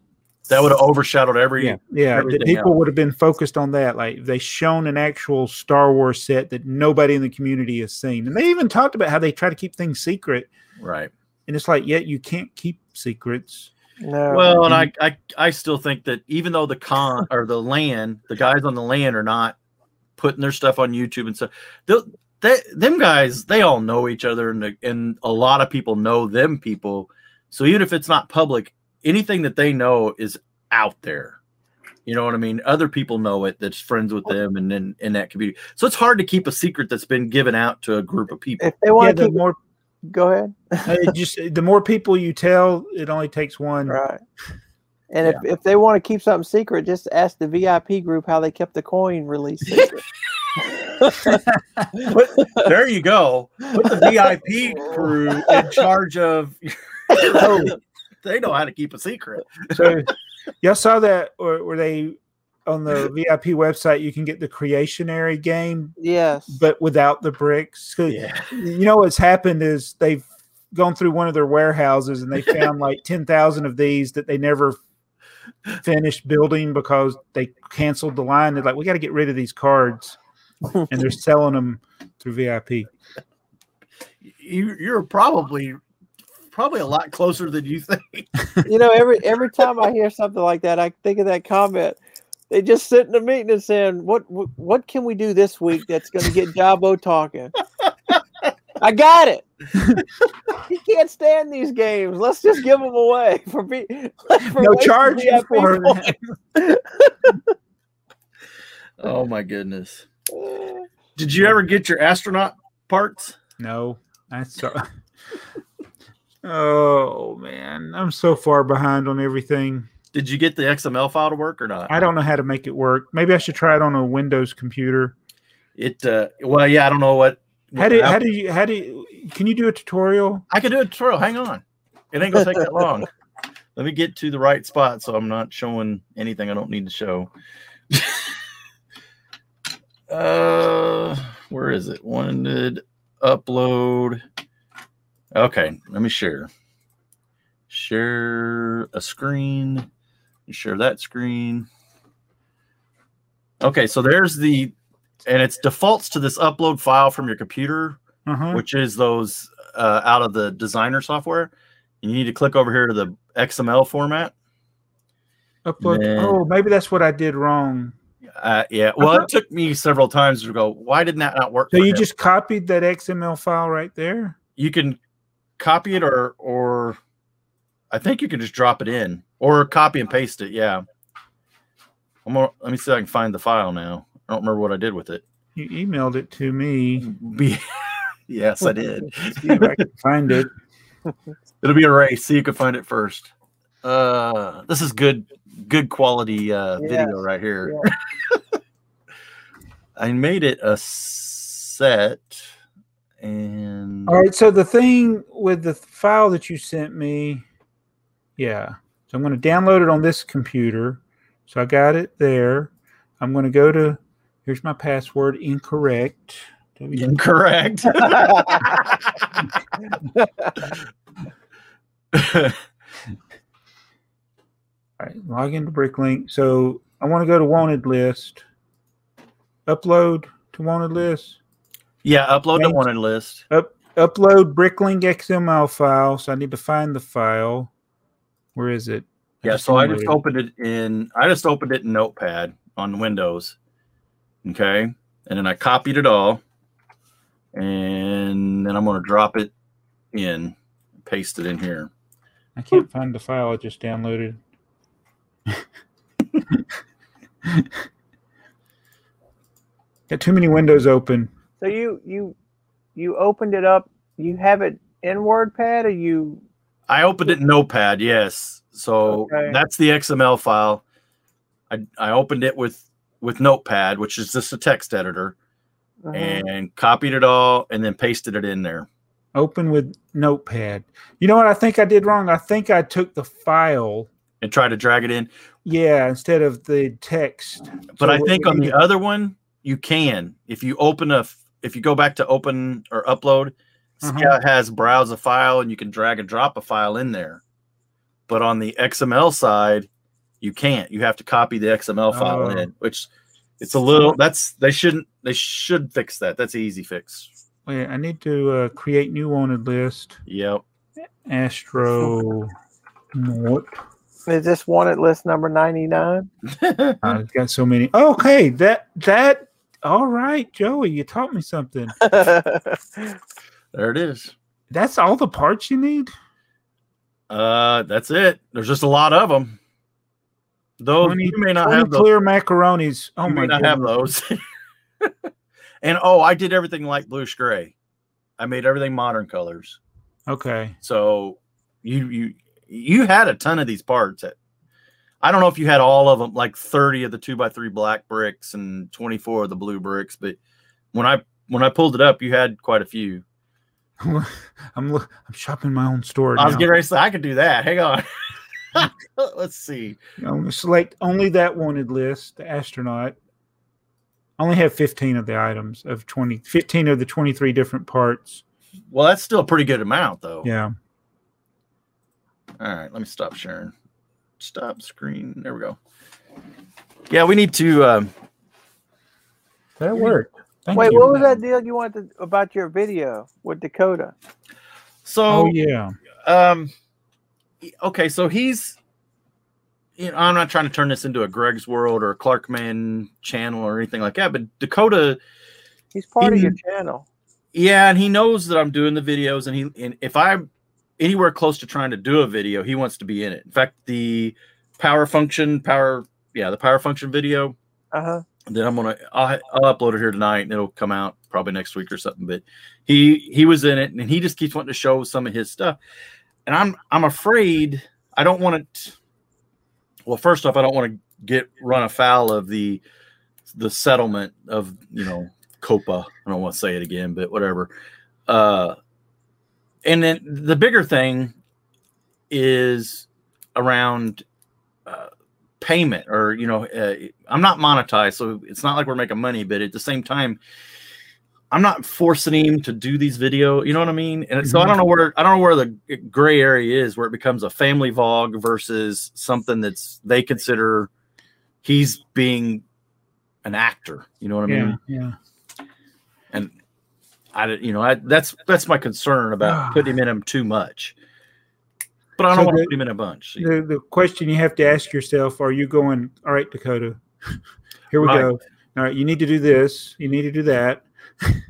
That would have overshadowed every. yeah, yeah, the everything people would have been focused on that. Like they shown an actual Star Wars set that nobody in the community has seen, and they even talked about how they try to keep things secret, Right. and it's like, yeah, you can't keep secrets. No. Well, and I, I, I still think that even though the con or the land, the guys on the land are not putting their stuff on YouTube and stuff, they'll- they, them guys, they all know each other, and the, and a lot of people know them people. So even if it's not public, anything that they know is out there. You know what I mean? Other people know it that's friends with them and in, in that community. So it's hard to keep a secret that's been given out to a group of people. if they Yeah, want to the keep, more go ahead. uh, just the more people you tell, it only takes one. Right. And if, if they want to keep something secret, just ask the VIP group how they kept the coin release *laughs* secret. there you go. Put the *laughs* VIP crew in charge *laughs* of. Oh. they know how to keep a secret. So y'all saw that or were they on the VIP website you can get the creationary game yes. but without the bricks. 'Cause Yeah. You know what's happened is they've gone through one of their warehouses and they found like 10,000 of these that they never finished building because they canceled the line. They're like we got to get rid of these cards and they're selling them through VIP. You, you're probably probably a lot closer than you think. you know, every every time I hear something like that, I think of that comment. They just sit in a meeting and saying, "What what, what can we do this week that's going to get Jabo talking?" I got *laughs* it. he can't stand these games. Let's just give them away for, be- *laughs* for No wasting charge VIP for points. it. Oh my goodness. *laughs* Did you ever get your astronaut parts? No, that's so. *laughs* oh man, I'm so far behind on everything. Did you get the XML file to work or not? I don't know how to make it work. Maybe I should try it on a Windows computer. It uh well yeah, I don't know what How do how do you how do you, can you do a tutorial? I could do a tutorial. Hang on. It ain't gonna take that long. Let me get to the right spot so I'm not showing anything I don't need to show. *laughs* uh where is it? Wanted upload. Okay, let me share. Share a screen. Share that screen. Okay, so there's the and it's defaults to this upload file from your computer Uh huh. which is those uh, out of the designer software. You need to click over here to the XML format. Upload. man. Oh, maybe that's what I did wrong. Uh, yeah, well, it took me several times to go. Why did that not work? Uh-huh. So for you him?" just copied that XML file right there. you can copy it or or I think you can just drop it in or copy and paste it. Yeah, I'm gonna, let me see if I can find the file now. I don't remember what I did with it. *laughs* You emailed it to me. Be- yes, I did. See if I can find *laughs* it. It'll be a race. See who can find it first. Uh, this is good, good quality uh, Yes. video right here. *laughs* I made it a set, and All right. So the thing with the file that you sent me, yeah. So I'm going to download it on this computer. So I got it there. I'm going to go to. Here's my password. Incorrect. incorrect. *laughs* All right. Log into BrickLink. So I want to go to wanted list. Upload to wanted list. yeah, upload the Thanks. wanted list. Upload BrickLink XML file. So I need to find the file. Where is it? Yeah, so I just downloaded it. opened it in. I just opened it in Notepad on Windows. Okay, and then I copied it all, and then I'm going to drop it in, paste it in here. I can't find the file I *laughs* just downloaded. Got too many windows open. So you you you opened it up. You have it in WordPad, or you I opened it in Notepad, yes. So Okay. that's the XML file. I, I opened it with with Notepad, which is just a text editor, uh, Uh-huh. and copied it all and then pasted it in there. Open with Notepad. You know what I think I did wrong? I think I took the file, And tried to drag it in. yeah, instead of the text. But So I what think we on the need- other one, you can. If you open a f- if you go back to open or upload, Uh-huh. Scout has browse a file and you can drag and drop a file in there. But on the XML side, you can't. You have to copy the XML file Oh. in, which it's a little that's they shouldn't they should fix that. That's an easy fix. Wait, I need to uh, create new wanted list. Yep. *laughs* Astro. What? is this wanted list number ninety nine? I've got so many. Okay, that that. All right, Joey, you taught me something. There it is. That's all the parts you need. Uh that's it. There's just a lot of them. Those Twenty- you may not Only have those. clear macaronis. Oh you my may not god! have those. *laughs* and oh, I did everything like bluish gray. I made everything modern colors. Okay, So you you you had a ton of these parts. That, I don't know if you had all of them, like thirty of the two by three black bricks and twenty four of the blue bricks. But when I when I pulled it up, you had quite a few. I'm look, I'm shopping my own store. I was now. getting ready to say I could do that. Hang on. *laughs* Let's see. I'm gonna Um, select only that wanted list. The astronaut. I only have 15 of the items of 20, 15 of the 23 different parts. Well, that's still a pretty good amount, though. Yeah. All right, let me stop sharing. Stop screen. There we go. Yeah, we need to. Um, That worked. Thank Wait, you. what was that deal you wanted to, about your video with Dakota? so Oh, yeah. um he- okay so he's you know, i'm not trying to turn this into a greg's world or a clarkman channel or anything like that but dakota Mm-hmm. He's part of your channel. Yeah, and he knows that I'm doing the videos, and he and if I'm anywhere close to trying to do a video, he wants to be in it. In fact, the power function, power, yeah, the power function video Uh huh. that I'm gonna I'll, I'll upload it here tonight, and it'll come out probably next week or something. But he he was in it, and he just keeps wanting to show some of his stuff, and I'm I'm afraid I don't want to. Well, first off, I don't want to get run afoul of the the settlement of you know Copa. I don't want to say it again, but whatever. Uh, and then the bigger thing is around uh, payment, or you know, uh, I'm not monetized, so it's not like we're making money. But at the same time, I'm not forcing him to do these video. You know what I mean? And so I don't know where I don't know where the gray area is, where it becomes a family vlog versus something that's they consider he's being an actor. You know what I mean? Yeah, yeah. and I, don't- you know, I, that's that's my concern about putting him in them too much. But I don't Ah. So want the- to put him in a bunch. The, the question you have to ask yourself: Are you going? All right, Dakota. Here we Right. go. All right, you need to do this. You need to do that.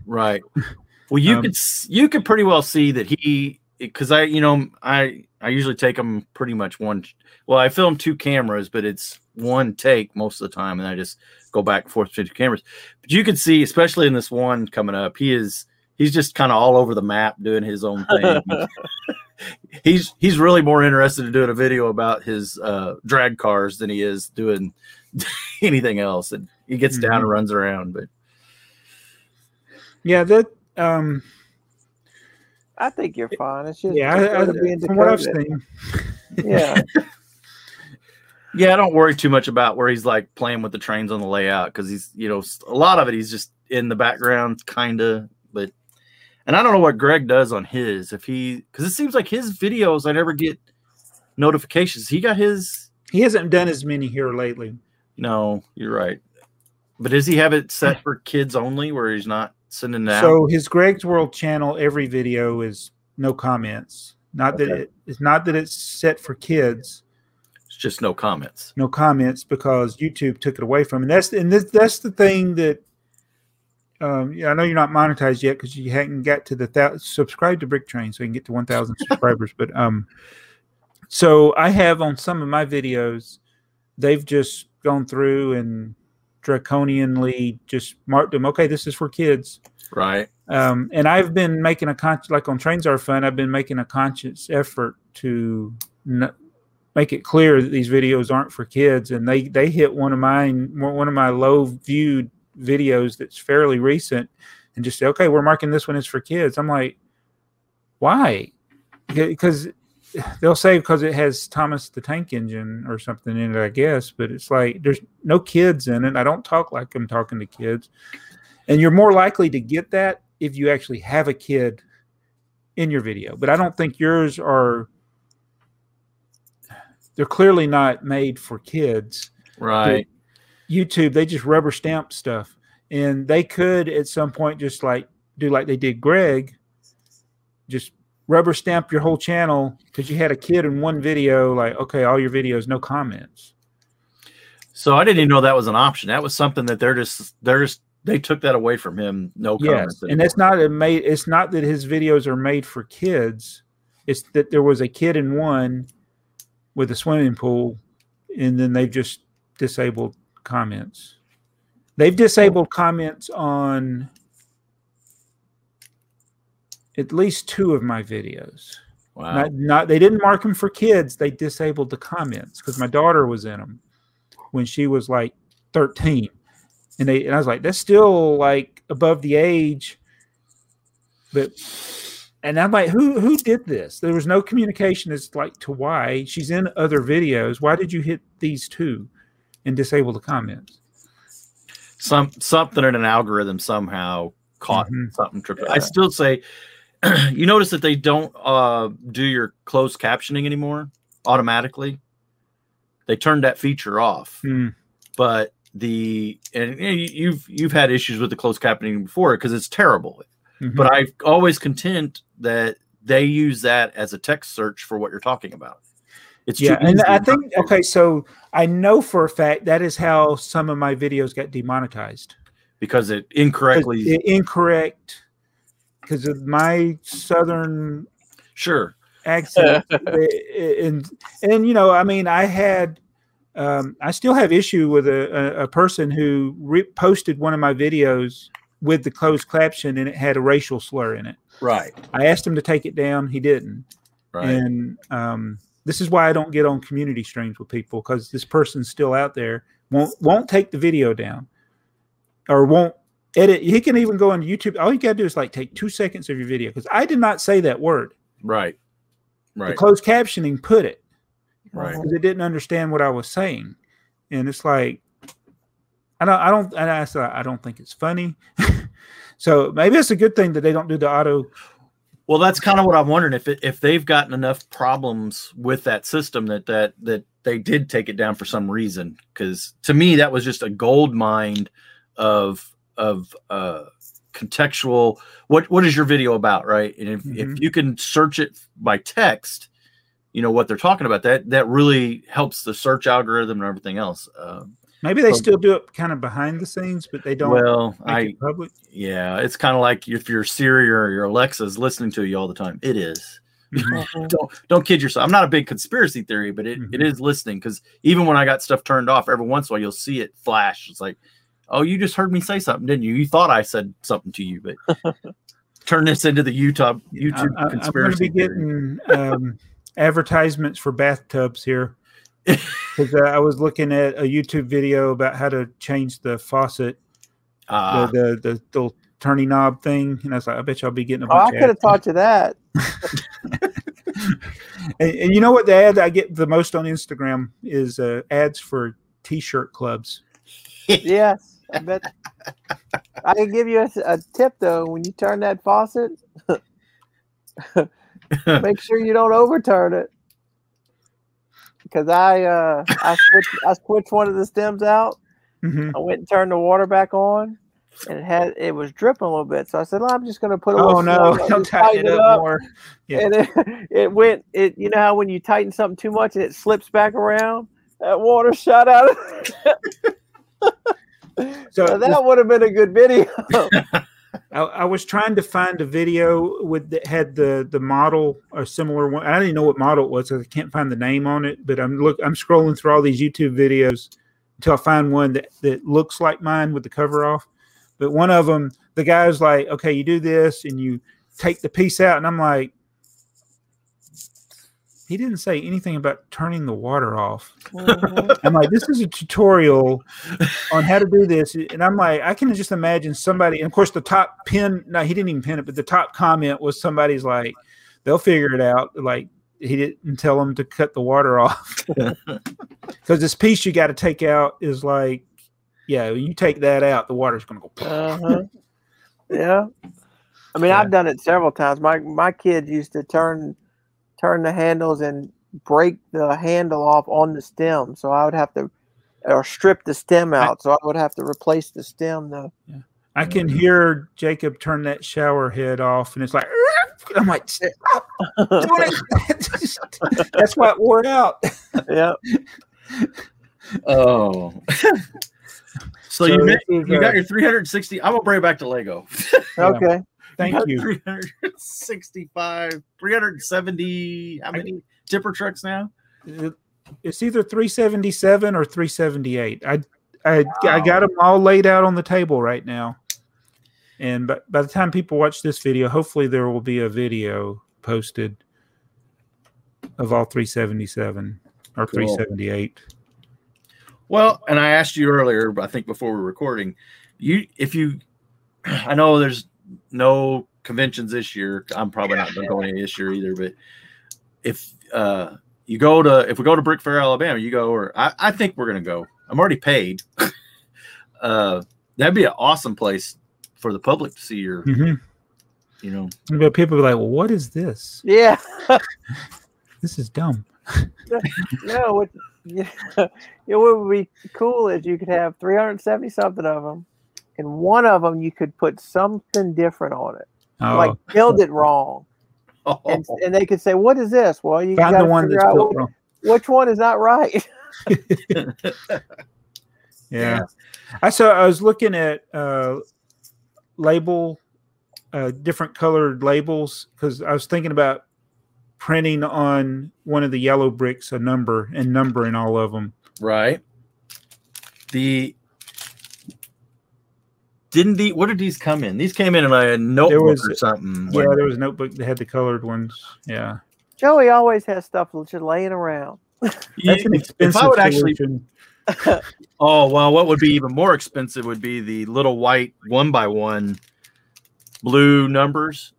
Right. *laughs* Well, you Um, could s- you could pretty well see that he because I you know I I usually take him pretty much one. Well, I film two cameras, but it's one take most of the time, and I just go back and forth between two cameras. But you could see, especially in this one coming up, he is he's just kind of all over the map doing his own thing. he's he's really more interested in doing a video about his uh, drag cars than he is doing *laughs* anything else, and he gets down and runs around, but. Yeah, that. Um, I think you're fine. It's just yeah, I, I, Dakota being from what I've Dakota. seen, Yeah. Yeah, I don't worry too much about where he's like playing with the trains on the layout because he's, you know, s- a lot of it he's just in the background, kind of. But, and I don't know what Greg does on his if he because it seems like his videos I never get notifications. He got his. he hasn't done as many here lately. No, you're right. But does he have it set for kids only where he's not sending that? out? So his Greg's World channel, every video is no comments. Not that Okay. it, it's not that it's set for kids. It's just no comments. no comments because YouTube took it away from him. And that's and this, that's the thing that um, yeah, I know you're not monetized yet because you hadn't got to the thou- subscribe to Brick Train so you can get to 1,000 subscribers. But um, so I have on some of my videos, they've just gone through and draconianly just marked them. Okay, this is for kids. Right. Um, and I've been making a conscious, like on Trains Are Fun, I've been making a conscious effort to n- make it clear that these videos aren't for kids. And they they hit one of mine, one of my low viewed videos that's fairly recent, and just say, okay, we're marking this one as for kids. I'm like, why? Because they'll say because it has Thomas the Tank Engine or something in it, I guess. But it's like there's no kids in it. I don't talk like I'm talking to kids, and you're more likely to get that if you actually have a kid in your video. But I don't think yours are. They're clearly not made for kids. Right. YouTube, they just rubber stamp stuff. And they could at some point just like do like they did Greg, just rubber stamp your whole channel because you had a kid in one video, like, okay, all your videos, no comments. So I didn't even know that was an option. That was something that they're just they're just they took that away from him. No Yes. comments. And it's not a made it's not that his videos are made for kids. It's that there was a kid in one with a swimming pool, and then they've just disabled comments. They've disabled comments on at least two of my videos. wow. Not, not they didn't mark them for kids. They disabled the comments because my daughter was in them when she was like 13, and they and I was like, that's still like above the age, but and I'm like, who who did this? There was no communication as like to why she's in other videos. Why did you hit these two and disable the comments? some something in an algorithm somehow caught Mhm. something tripped. I still say *clears throat* you notice that they don't uh, do your closed captioning anymore automatically. They turned that feature off, Hmm. but the and you- you've you've had issues with the closed captioning before because it's terrible. Mhm. But I always contend that they use that as a text search for what you're talking about. It's too yeah, and easy. I think okay, so I know for a fact that is how some of my videos got demonetized. because it 'Cause incorrectly the incorrect because of my southern Sure. accent. and and you know, I mean, I had, um, I still have issue with a, a, a person who re- posted one of my videos with the closed caption and it had a racial slur in it. Right. I asked him to take it down. He didn't. Right. And um, this is why I don't get on community streams with people because this person's still out there won't won't take the video down or won't edit. He can even go on YouTube. All you gotta do is like take two seconds of your video because I did not say that word. right. The Right. closed captioning put it Right. because it didn't understand what I was saying, and it's like I don't I don't and I said I don't think it's funny. *laughs* so maybe it's a good thing that they don't do the auto. Well, that's kind of what I'm wondering if it, if they've gotten enough problems with that system that that that they did take it down for some reason. Because to me, that was just a gold mine of of uh, contextual. What what is your video about, right? And if, if Mhm. you can search it by text, you know what they're talking about. That that really helps the search algorithm and everything else. Uh, Maybe they So- still do it kind of behind the scenes, but they don't well, make I it public. yeah, it's kind of like if your Siri or your Alexa is listening to you all the time. It is. Mhm. Uh-huh. don't don't kid yourself. I'm not a big conspiracy theory, but it, it Mhm. is listening because even when I got stuff turned off, every once in a while you'll see it flash. It's like, oh, you just heard me say something, didn't you? You thought I said something to you, but *laughs* turn this into the Utah YouTube I, am going to conspiracy be theory. getting um, advertisements for bathtubs here because uh, I was looking at a YouTube video about how to change the faucet, Ah, the, the the little turny knob thing, and I was like, I bet you I'll be getting a Oh, I bunch. could of have taught you that. ads. and, and you know what the ad I get the most on Instagram is uh, ads for T-shirt clubs. Yes, I bet. I can give you a, a tip though. When you turn that faucet, *laughs* make sure you don't overturn it. Because I uh, I switched I switched one of the stems out. Mhm. I went and turned the water back on, and it had it was dripping a little bit. So I said, well, "I'm just going to put a little." Oh no, *laughs* slow- I'll just tighten it up more. Yeah. And it, *laughs* it went. It you know how when you tighten something too much and it slips back around, that water shot out. Of So So the *laughs* that would have been a good video. I, I was trying to find a video with that had the the model a similar one. I didn't know what model it was. so I can't find the name on it. But I'm look. I'm scrolling through all these YouTube videos until I find one that that looks like mine with the cover off. But one of them, the guy's like, "Okay, you do this and you take the piece out," and I'm like. He didn't say anything about turning the water off. I'm like, this is a tutorial on how to do this. And I'm like, I can just imagine somebody, and of course, the top pin, no, he didn't even pin it, but the top comment was somebody's like, they'll figure it out. Like, he didn't tell them to cut the water *laughs* off. Because this piece you got to take out is like, yeah, when you take that out, the water's going to go. Uh-huh. yeah. I mean, I've done it several times. My my kids used to turn turn the handles and break the handle off on the stem, so I would have to or strip the stem out, so I would have to replace the stem though. I can hear Jacob turn that shower head off, and it's like, *laughs* I'm like, "Stop doing it." *laughs* that's why it wore out. yeah. oh. *laughs* so, you So met, this is, you uh, got your 360. I'm gonna bring it back to Lego. *laughs* Okay. Thank you. 365, 370. How many tipper trucks now? it- it's either 377 or 378 i i, I got them all laid out on the table right now and by, by the time people watch this video hopefully there will be a video posted of all 377 or Cool. 378 Well, and I asked you earlier, I think before we were recording, you if you I know there's no conventions this year. I'm probably not going to go any this year either, but if uh you go to if we go to Brick Fair, Alabama, you go or I, I think we're gonna go. I'm already paid. *laughs* uh that'd be an awesome place for the public to see your, Mhm. you know. *laughs* but people be like well what is this Yeah. *laughs* this is dumb No. What, yeah. It would be cool if you could have 370 something of them, and one of them you could put something different on it, oh like build it wrong. and, and they could say, "What is this?" Well, you got find to the one figure that's out built which, wrong which one is not right. *laughs* yeah i saw i was looking at uh label uh, different colored labels because I was thinking about printing on one of the yellow bricks a number and numbering all of them. Right. The didn't the what did these come in? These came in in a notebook was- or something. Yeah, there was a notebook that had the colored ones. Yeah, Joey always has stuff just laying around. that's an expensive if I would actually, solution. oh well, what would be even more expensive would be the little white one by one blue numbers.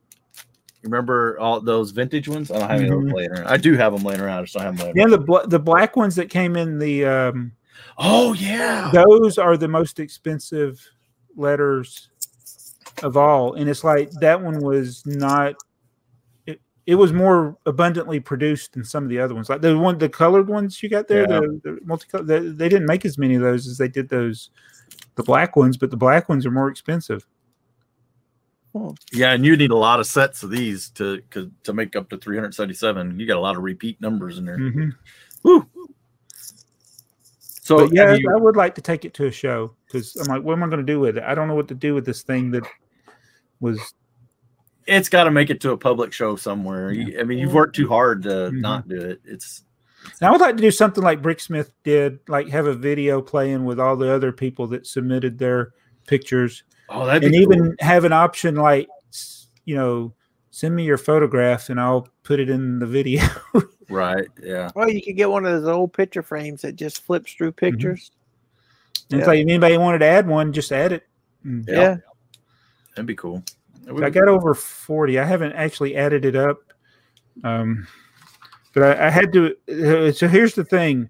Remember all those vintage ones? I don't have any of those Mhm. laying around. I do have them laying around. I just don't have them laying. Yeah, around. the bl- the black ones that came in the um, Oh yeah. those are the most expensive letters of all and it's like that one was not it, it was more abundantly produced than some of the other ones like the one the colored ones you got there Yeah. the, the multicol- the, they didn't make as many of those as they did those the black ones but the black ones are more expensive Hmm. Yeah, and you need a lot of sets of these to 'cause- to make up to 377. You got a lot of repeat numbers in there. Mhm. Woo. So but yeah have you- i would like to take it to a show because i'm like what am i going to do with it i don't know what to do with this thing that was it's got to make it to a public show somewhere. You- I mean, you've worked too hard to Mhm. not do it. It's And I would like to do something like Bricksmith did, like have a video playing with all the other people that submitted their pictures, oh, that'd and be cool. even have an option like, s- you know, send me your photograph and I'll put it in the video. *laughs* right. Yeah, Well, you could get one of those old picture frames that just flips through Mm-hmm. pictures. Yeah. And it's like if anybody wanted to add one, just add it. And Yeah. Yeah. that'd be cool. That would I be- got over forty. I haven't actually added it up, um, but I, I had to. uh, So here's the thing: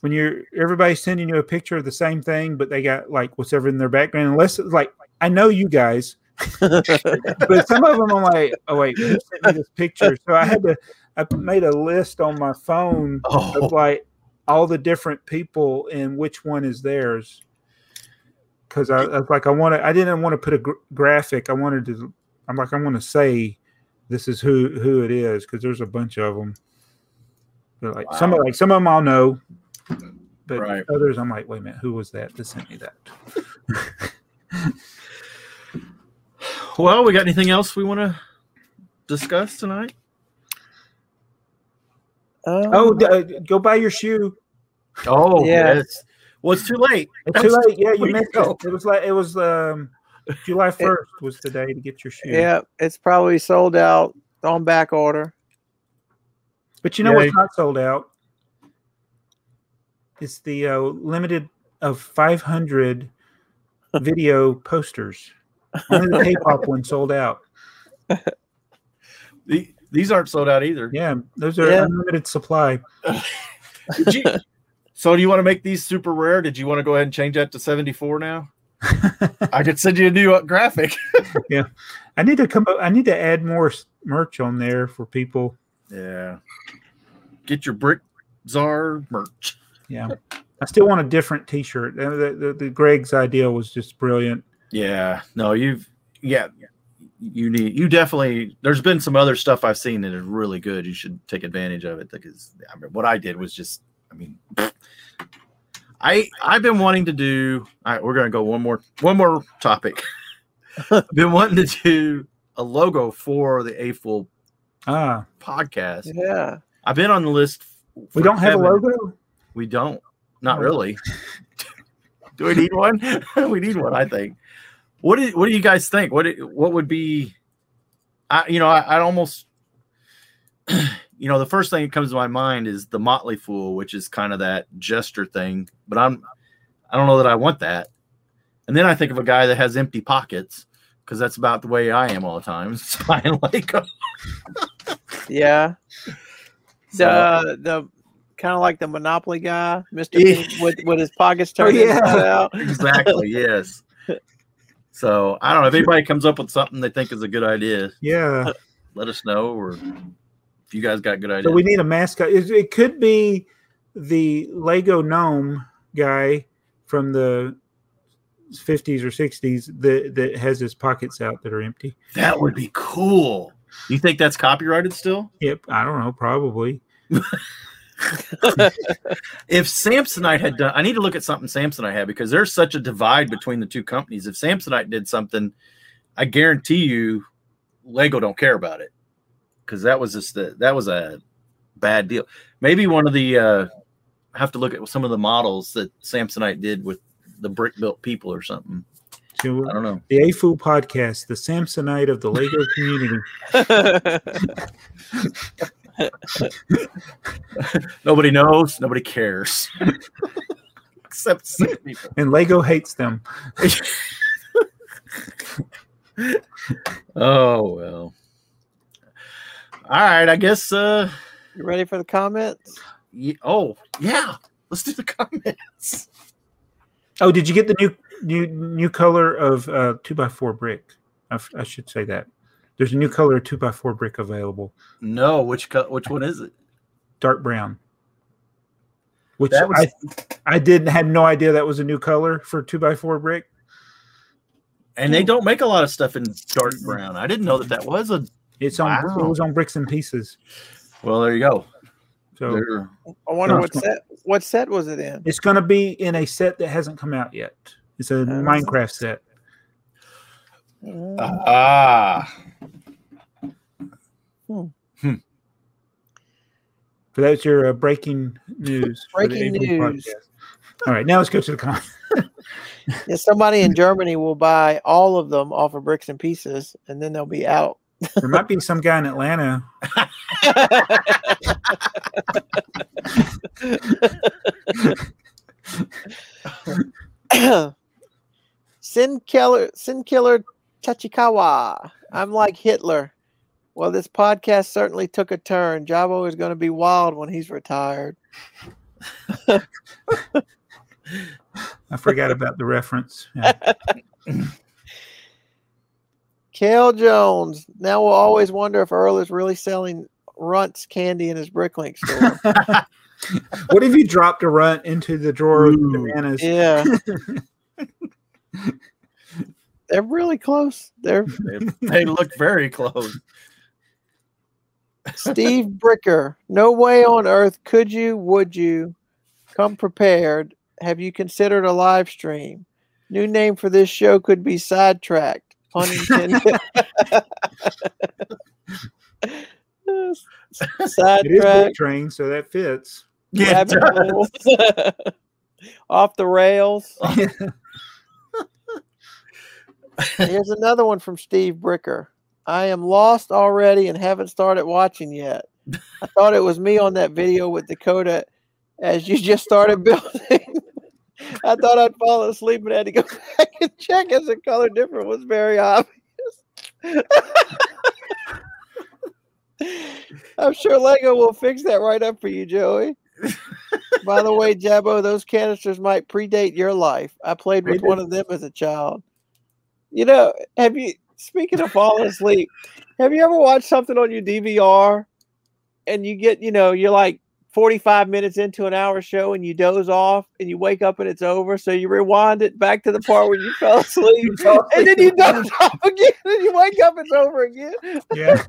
when you're everybody's sending you a picture of the same thing, but they got like whatever in their background, unless it's like I know you guys, *laughs* but some of them I'm like, oh wait, who sent me this picture? So I had to. I made a list on my phone of Oh, like all the different people and which one is theirs. Because I, I was like, I want to. I didn't want to put a gr- graphic. I wanted to. I'm like, I want to say this is who who it is because there's a bunch of them. But like some of like some of them I'll know, but Right. others I'm like, wait a minute, who was that that sent me that? well, we got anything else we want to discuss tonight? Oh, d- uh, go buy your shoe. Oh, Yeah. yes. Well, it's too late. It's too late. Yeah, you We missed go. it. It was like it was um July first was the day to get your shoe. yeah, it's probably sold out on back order. But you know Yeah. what's not sold out? It's the uh, limited of *laughs* 500 video posters. Only the K-pop one sold out. The- these aren't sold out either. Yeah, those are Yeah. unlimited supply. Did you- so do you want to make these super rare? Did you want to go ahead and change that to 74 *laughs* now? I could send you a new uh, graphic. I need to come up. I need to add more s- merch on there for people. Yeah. Get your brick czar merch. Yeah, I still want a different T-shirt. Uh, The, the, the Greg's idea was just brilliant. Yeah. No, you've yeah. You need you definitely there's been some other stuff I've seen that is really good. You should take advantage of it because I mean what I did was just I mean I I've been wanting to do all right, we're gonna go one more one more topic. I've been wanting to do a logo for the A Full Ah, podcast. Yeah. I've been on the list. f- we for don't have a Kevin. logo. We don't. Not really. *laughs* do we need one? *laughs* we need one, I think. What do What do you guys think? What i- What would be? I you know I, I'd almost. *clears throat* You know, the first thing that comes to my mind is the Motley Fool, which is kind of that jester thing. But I'm, I don't know that I want that. And then I think of a guy that has empty pockets because that's about the way I am all the time. *laughs* So I like, Yeah. So- The the kind of like the Monopoly guy, Mister, Yeah. with with his pockets Oh, turned yeah. inside out. exactly yes *laughs* so i don't know if anybody comes up with something they think is a good idea Yeah. let us know or if you guys got good ideas So we need a mascot. It, it could be the Lego gnome guy from the 50s or 60s that that has his pockets out that are empty. that would be cool you think that's copyrighted still Yep, I don't know, probably. if samsonite had done i need to look at something samsonite had because there's such a divide between the two companies if samsonite did something I guarantee you, Lego don't care about it because that was just the, that was a bad deal. Maybe one of the uh, I have to look at some of the models that Samsonite did with the brick built people or something. To I don't know. the AFU podcast, the Samsonite of the Lego community. *laughs* Nobody knows. Nobody cares. *laughs* Except some people. And Lego hates them. *laughs* Oh well. All right, I guess. Uh, You ready for the comments? ye- oh yeah, let's do the comments. Oh, did you get the new new new color of uh, two by four brick? I, f- I should say that. There's a new color two by four brick available, No, which co- which one is it? dark brown. Which That was- I I didn't had no idea that was a new color for two by four brick. And they don't make a lot of stuff in dark brown. I didn't know that that was a. It's on Wow. it was on bricks and pieces. Well, there you go. So There- I wonder No, what it's set what set was it in? it's gonna be in a set that hasn't come out yet. It's a Minecraft set. Uh, Mm. Ah, So that's your uh, breaking news. for the Breaking AV news. All right, now let's go to the comments. Yeah, somebody in Germany will buy all of them off of bricks and pieces, and then they'll be out. *clears throat* There might be some guy in Atlanta. Sin killer, sin killer Tachikawa. I'm like Hitler. Well, this podcast certainly took a turn. Jabo is going to be wild when he's retired. I forgot about the reference. *laughs* Yeah. Kale Jones. Now we'll always wonder if Earl is really selling runts candy in his bricklink store. What if you dropped a runt into the drawer of the Ooh. bananas? yeah. They're really close. They're they, they look very close. Steve Bricker, no way on earth could you, would you come prepared? Have you considered a live stream? New name for this show could be Sidetracked. Pun intended. *laughs* It is bullet Sidetracked. train, so that fits. Yeah, rabbit holes, *laughs* Off the rails. Here's another one from Steve Bricker. I am lost already and haven't started watching yet. I thought it was me on that video with Dakota as you just started building. *laughs* I thought I'd fallen asleep and had to go *laughs* back and check as the color difference was very obvious. *laughs* I'm sure Lego will fix that right up for you, Joey. By the way, Jabbo, those canisters might predate your life. I played with They one of them as a child. You know, have you, speaking of falling asleep, have you ever watched something on your DVR and you get, you know, you're like 45 minutes into an hour show and you doze off and you wake up and it's over. So you rewind it back to the part where you fell asleep Oh. and then you doze *laughs* off again and you wake up, it's over again. *laughs* Yeah.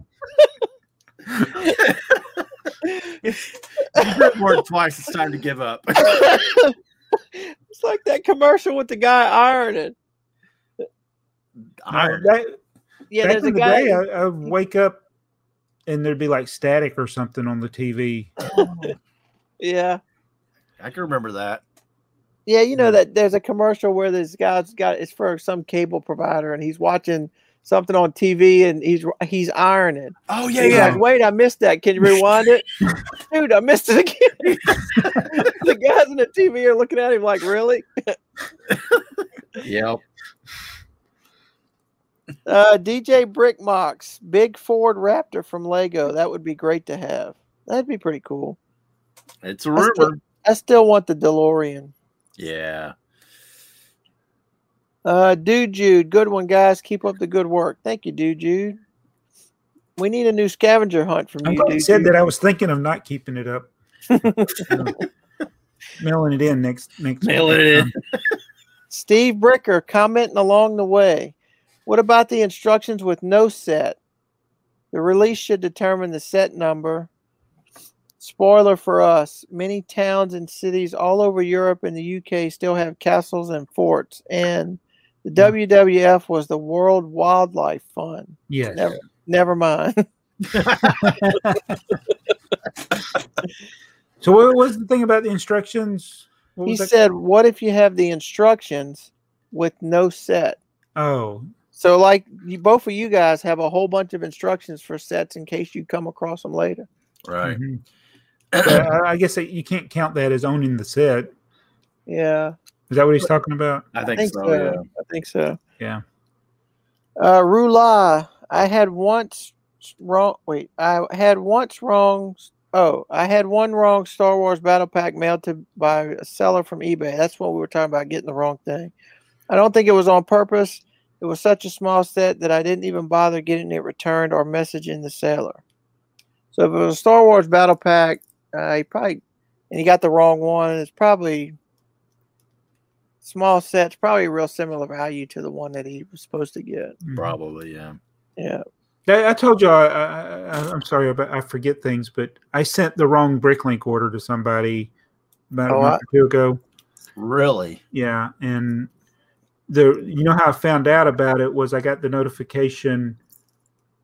more twice. It's time to give up. *laughs* it's like that commercial with the guy ironing. Iron. Back Yeah, back there's in a the guy. day, I, I would wake up and there'd be like static or something on the TV. yeah. I can remember that. Yeah, you know that there's a commercial where this guy's got it's for some cable provider and he's watching something on TV and he's he's ironing. Oh He's like, wait, I missed that. Can you rewind it? Dude, I missed it again. *laughs* the guys in the TV are looking at him like, really? Yep. Uh, DJ Brickmox, big Ford Raptor from Lego. That would be great to have. That'd be pretty cool. It's a I rumor. still, I still want the DeLorean. Yeah. Uh, dude, Jude, good one, guys. Keep up the good work. Thank you, dude, Jude. We need a new scavenger hunt from *laughs* I'm you, glad you dude. said Jude. that I was thinking of not keeping *laughs* it up. So, mailing it in next next Mail it in. Steve Bricker commenting along the way. What about the instructions with no set? The release should determine the set number. Spoiler for us many towns and cities all over Europe and the UK still have castles and forts, and The WWF was the World Wildlife Fund. Yes. Never, never mind. So what was the thing about the instructions? What He was that- said, "What if you have the instructions with no set?" "Oh, So, like, you, both of you guys have a whole bunch of instructions for sets in case you come across them later. *laughs* Right. mhm. But I, I guess that you can't count that as owning the set. Yeah, Is that what he's talking about? I think, so. Mm-hmm. Yeah. I think so. Yeah. Uh, Rula, I had once wrong. Wait, I had once wrong. Oh, I had one wrong Star Wars battle pack mailed to by a seller from eBay. That's what we were talking about getting the wrong thing. I don't think it was on purpose. It was such a small set that I didn't even bother getting it returned or messaging the seller. So if it was a Star Wars battle pack, uh, he probably and he got the wrong one. It's probably small sets, probably real similar value to the one that he was supposed to get. Mhm. Probably. Yeah. Yeah. I, I told you I, I, I, I'm sorry, but I forget things. But I sent the wrong BrickLink order to somebody about Oh, a month or two ago. Really. Yeah, and the you know how I found out about it was I got the notification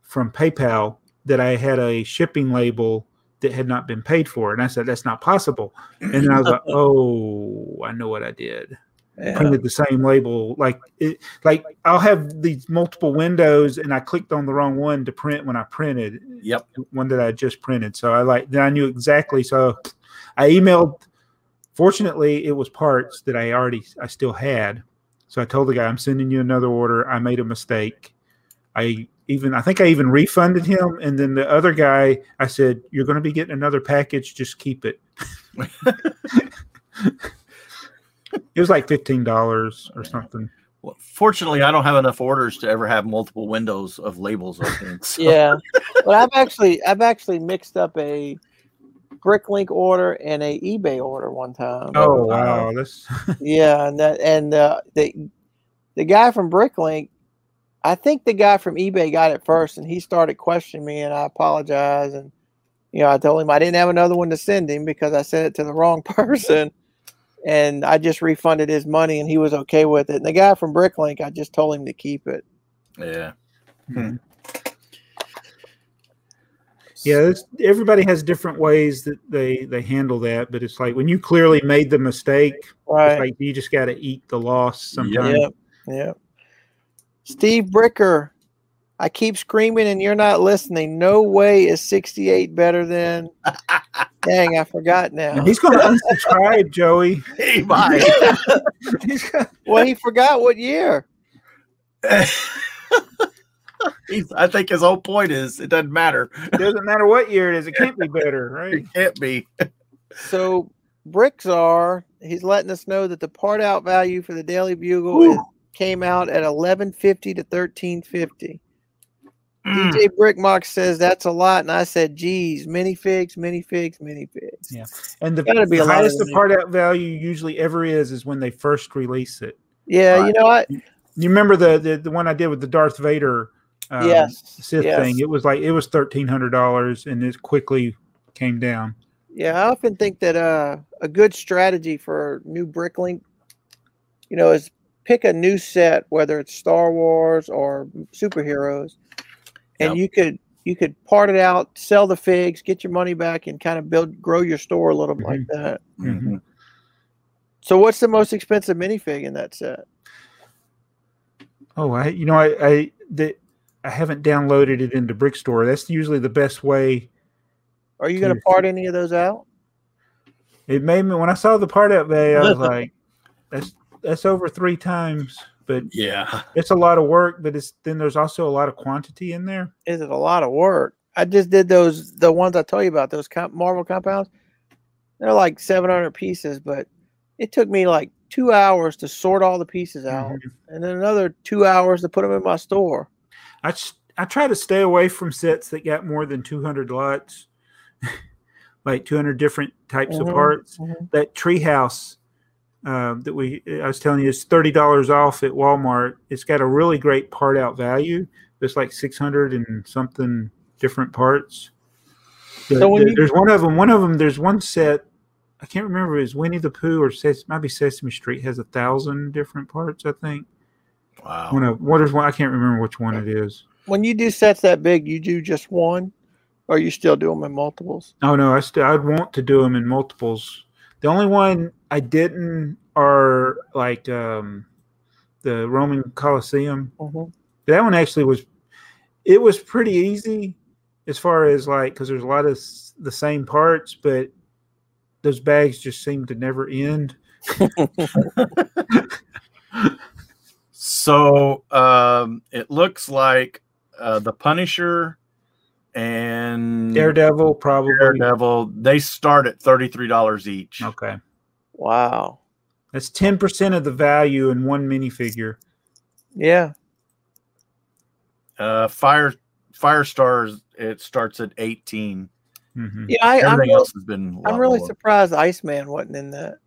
from PayPal that I had a shipping label that had not been paid for, and I said that's not possible. And then I was like, oh, I know what I did. Yeah. Printed the same label, like it, like I'll have these multiple windows, and I clicked on the wrong one to print when I printed Yep. one that I just printed. So I like then I knew exactly. So I emailed. Fortunately, it was parts that I already I still had. So I told the guy I'm sending you another order. I made a mistake. I even I think I even refunded him, and then the other guy I said you're going to be getting another package. Just keep it. it was like fifteen dollars or something. Well, fortunately, I don't have enough orders to ever have multiple windows of labels open. so- yeah. But I've actually I've actually mixed up a BrickLink order and a eBay order one time. Oh wow, that's Yeah, and that and uh, the the guy from BrickLink, I think the guy from eBay got it first, and he started questioning me, and I apologized, and you know I told him I didn't have another one to send him because I sent it to the wrong *laughs* person, and I just refunded his money, and he was okay with it. And the guy from BrickLink, I just told him to keep it. *laughs* Yeah. Yeah, it's, everybody has different ways that they they handle that, but it's like when you clearly made the mistake, it's Right? like you just got to eat the loss sometimes. Yeah, yeah. Steve Bricker, I keep screaming and you're not listening. No way is 68 better *laughs* than. Dang, I forgot now. And he's *laughs* going to unsubscribe, Joey. Hey, bye. He's got- well, he forgot what year. *laughs* He's- I think his whole point is it doesn't matter. it doesn't matter what year it is; it can't be better, right? It can't be. So bricks are. He's letting us know that the part out value for the Daily Bugle is, came out at eleven fifty to thirteen fifty. Hmm. Mm. DJ Brickmock says that's a lot, and I said, "Geez, many figs, many figs, many figs." Yeah. And the Gotta be a lot highest of the part out value usually ever is is when they first release it. Yeah, you know what? You remember the the, the one I did with the Darth Vader um, yes, Sith yes. thing? It was like it was thirteen hundred dollars, and it quickly came down. Yeah, I often think that uh, a good strategy for new bricklink, you know, is pick a new set, whether it's Star Wars or superheroes, Yep. and you could you could part it out, sell the figs, get your money back, and kind of build grow your store a little bit like that. Mhm. So, what's the most expensive minifig in that set? Oh, I you know I I the, I haven't downloaded it into Brick Store. That's usually the best way. Are you going to Dude. part any of those out? It made me when I saw the part out *laughs* bay, I was like, that's that's over three times, but Yeah. it's a lot of work. But it's then there's also a lot of quantity in there. Is it a lot of work? I just did those the ones I told you about those comp- Marvel compounds. They're like seven hundred pieces, but it took me like two hours to sort all the pieces out, Mhm. and then another two hours to put them in my store. I s- I try to stay away from sets that got more than two hundred lots, *laughs* like two hundred different types Mhm, of parts. mhm. That treehouse um, that we I was telling you is thirty dollars off at Walmart. It's got a really great part out value. It's like six hundred and something different parts. The- So when the- you- there's one of them. One of them. There's one set. I can't remember. Is Winnie the Pooh or Ses- might be Sesame Street has a thousand different parts. I think. Wow. One of what is one? I can't remember which one it is. When you do sets that big, you do just one, or you still do them in multiples? Oh no, I still I'd want to do them in multiples. The only one I didn't are like um, the Roman Colosseum. Mhm. That one actually was it was pretty easy as far as like because there's a lot of s- the same parts, but those bags just seem to never end. So um, it looks like uh, the Punisher and Daredevil probably. Mm. Daredevil, they start at thirty three dollars each. Okay, Wow. that's ten percent of the value in one minifigure. Yeah. Uh, Fire Firestars it starts at eighteen. hmm Yeah. I, I'm, Everything real- else has been. a I'm lot really lower. surprised Iceman wasn't in that.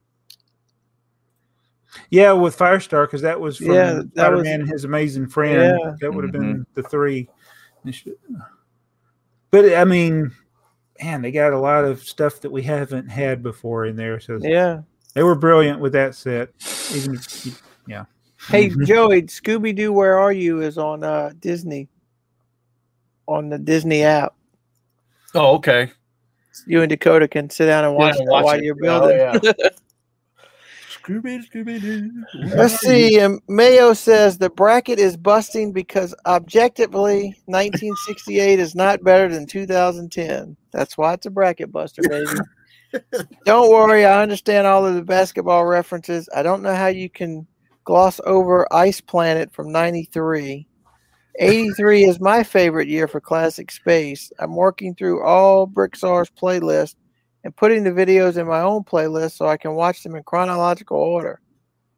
Yeah, with Firestar because that was from Yeah, that was- Spider Man and His Amazing Friend. Yeah. That would have been the three. They should- But I mean, man, they got a lot of stuff that we haven't had before in there. So Yeah. they were brilliant with that set. *laughs* Even if you- Hey, Mm-hmm. Mhm. Joey, Scooby Doo, Where Are You is on uh, Disney, on the Disney app. Oh, okay. You and Dakota can sit down and Yeah, watch, that watch while it. you're Oh, building. yeah. *laughs* Scooby Scooby Doo. Let's see. Um, Mayo says the bracket is busting because objectively, 1968 is not better than 2010. That's why it's a bracket buster, baby. don't worry, I understand all of the basketball references. I don't know how you can gloss over Ice Planet from 93. 83 is my favorite year for classic space. I'm working through all Brickstar's playlist and putting the videos in my own playlist so I can watch them in chronological order.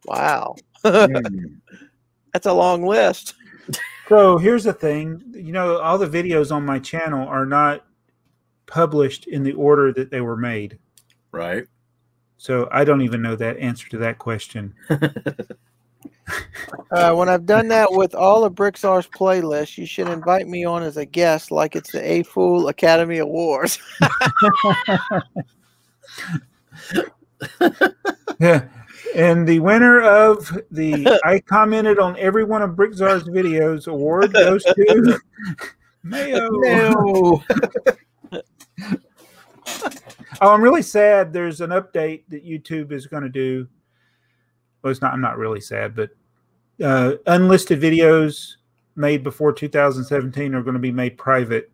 Wow. That's a long list. So here's the thing you know, all the videos on my channel are not published in the order that they were made. Right. So I don't even know that answer to that question. Uh, when I've done that with all of Brickstar's playlists, you should invite me on as a guest, like it's the A Fool Academy Awards. *laughs* Yeah. And the winner of the I commented on every one of Brickzar's videos award goes to Mayo. No. Oh, I'm really sad. There's an update that YouTube is going to do. Well, it's not. I'm not really sad, but uh, unlisted videos made before 2017 are going to be made private.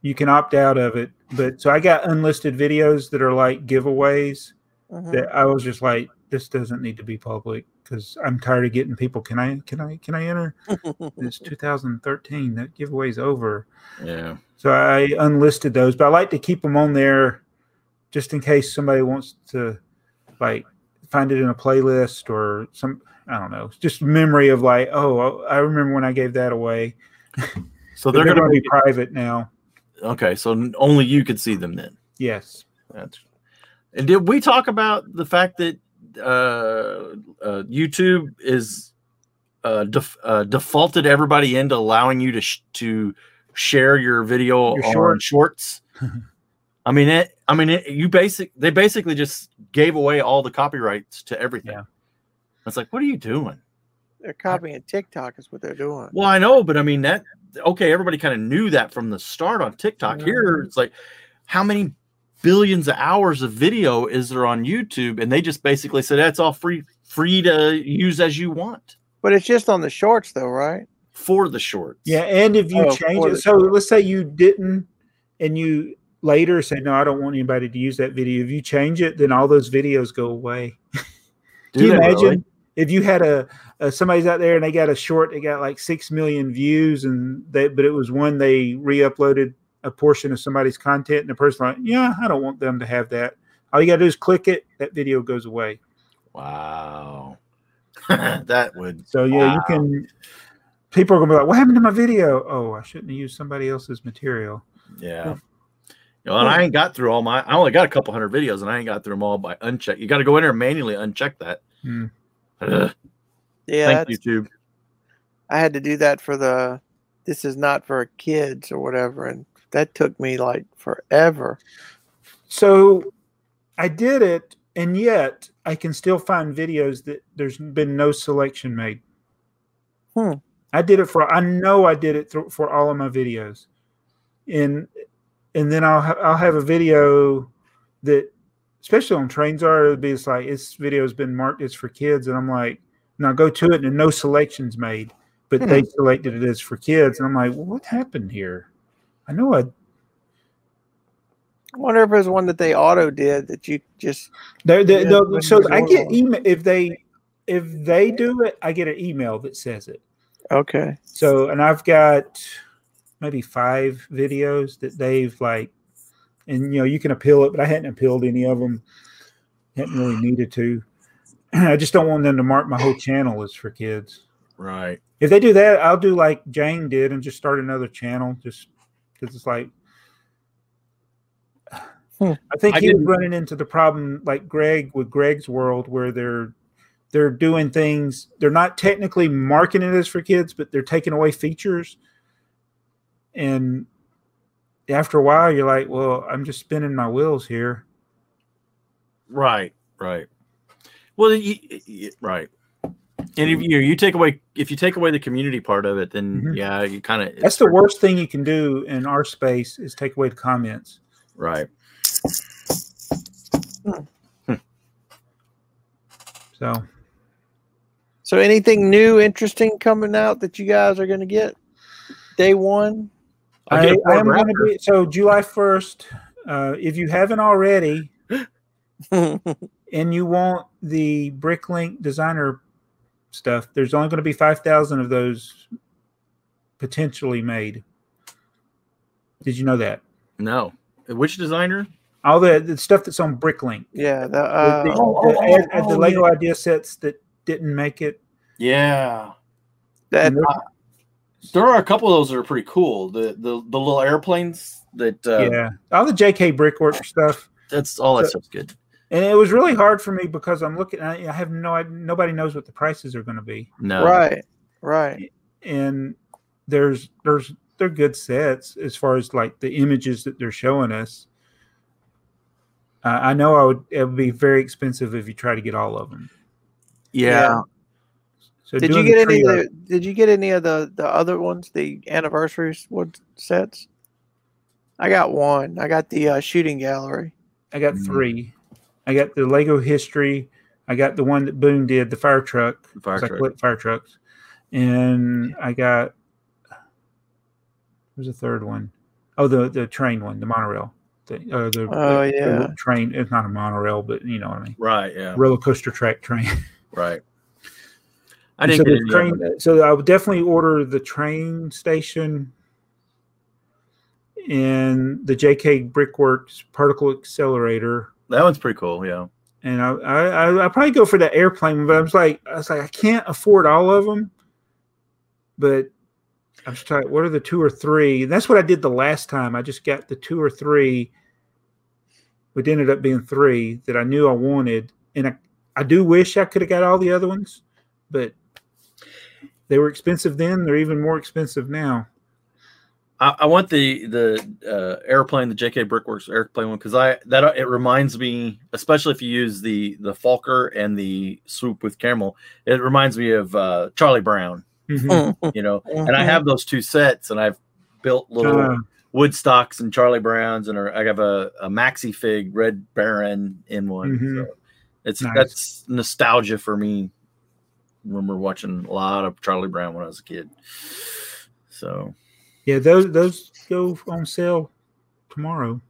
You can opt out of it, but so I got unlisted videos that are like giveaways. Mhm. that I was just like, this doesn't need to be public because I'm tired of getting people. Can I? Can I? Can I enter? It's 2013. That giveaway's over. Yeah. So I unlisted those, but I like to keep them on there just in case somebody wants to like find it in a playlist or some. I don't know. It's just memory of like, oh, I I remember when I gave that away. So But they're, they're going gonna to be be private now. okay. So n- only you could see them then. Yes. That's. And did we talk about the fact that uh, uh, YouTube is uh, def- uh, defaulted everybody into allowing you to sh- to share your video Your on short. *laughs* shorts? I mean, it, I mean, it, you basic they basically just gave away all the copyrights to everything. Yeah. It's like, what are you doing? They're copying TikTok, is what they're doing. Well, I know, but I mean that okay, everybody kind of knew that from the start on TikTok. Here it's like how many billions of hours of video is there on YouTube? And they just basically said that's all free free to use as you want But it's just on the shorts, though, right? for the shorts. Yeah, and if you Oh, change for it, the- so let's say you didn't, and you later say, "No, I don't want anybody to use that video." If you change it, then all those videos go away. Do Can you they imagine really? if you had a, a somebody's out there and they got a short, they got like six million views, and they but it was one they re-uploaded a portion of somebody's content, and the person like, "Yeah, I don't want them to have that." All you gotta do is click it; that video goes away. Wow. *laughs* that would So yeah, you can. People are gonna be like, "What happened to my video?" Oh, I shouldn't have used somebody else's material. yeah. You know, and I ain't got through all my I only got a couple hundred videos and I ain't got through them all by uncheck. You gotta go in there and manually uncheck that. Hmm. Ugh, Yeah, thank that's, YouTube. I had to do that for the "This is not for kids" or whatever, and that took me like forever. So I did it, and yet I can still find videos that there's been no selection made. Hmm. I did it for I know I did it th- for all of my videos, and and then I'll ha- I'll have a video that especially on trains are it'll be it's like this video's been marked it's for kids and I'm like now go to it and no selections made but they selected it as for kids and I'm like well, what happened here I know I I wonder if there's one that they auto did that you just They're, they Yeah, they'll- when so you I order get one. email if they if they do it, I get an email that says it. okay. So and I've got maybe five videos that they've like, and you know you can appeal it, but I hadn't appealed any of them. Hadn't really needed to. *clears throat* I just don't want them to mark my whole channel as for kids. Right. If they do that, I'll do like Jane did and just start another channel just because it's like. *sighs* Hmm. I think I he was didn't- running into the problem like Greg with Greg's world where they're they're doing things they're not technically marketing it as for kids, but they're taking away features. And after a while you're like, well, I'm just spinning my wheels here. Right. Right. Well, you, you- Right. and if you you take away if you take away the community part of it, then Mhm. yeah, you kind of That's the worst thing you can do in our space is take away the comments. Right. So So anything new, interesting coming out that you guys are gonna get day one? *laughs* I'll I, get a I am program. going to be so July first. Uh, if you haven't already, and you want the BrickLink designer stuff, there's only going to be five thousand of those potentially made. Did you know that no. Which designer? all the, the stuff that's on BrickLink, yeah. The, the, uh, the- oh, oh, the oh, ad- oh, the Lego idea sets that didn't make it? Yeah, that and they're- there are a couple of those that are pretty cool. The the, the little airplanes that uh, yeah, all the JK Brickwork stuff. that's all that So- stuff's good. And it was really hard for me because I'm looking. I, I have no. Nobody knows what the prices are going to be. No, right, right. and there's there's they're good sets as far as like the images that they're showing us. Uh, I know I would it would be very expensive if you try to get all of them. Yeah. So Did you doing get the any of trio- the did you get any of the, the other ones, the anniversaries wood sets? I got one. I got the uh, shooting gallery. I got Mhm. three. I got the Lego history. I got the one that Boone did, the fire truck. The fire 'cause I truck. collect fire trucks, and I got. There's a third one. Oh, the the train one, the monorail. The, uh, the, Oh, the- the yeah. train. It's not a monorail, but you know what I mean. right, yeah, roller coaster track train. Right. I so, didn't the get any of train them. so I would definitely order the train station and the JK Brickworks particle accelerator. That one's pretty cool. Yeah, And I, I, I- I probably go for the airplane, but I was like, I was like, I can't afford all of them. But I'm just like, what are the two or three? And that's what I did the last time. I just got the two or three, which ended up being three that I knew I wanted. And I, I do wish I could have got all the other ones, but they were expensive then. They're even more expensive now. I, I want the the uh, airplane, the JK Brickworks airplane one, because I that it reminds me, especially if you use the the Falker and the swoop with camel, it reminds me of uh, Charlie Brown. Mhm. You know, and Mm-hmm. I have those two sets, and I've built little Mm-hmm. Uh, wood stocks and Charlie Browns, and I have a, a maxi fig Red Baron in one. Mhm. So it's Nice. that's nostalgia for me. Remember watching a lot of Charlie Brown when I was a kid. So Yeah, those those go on sale tomorrow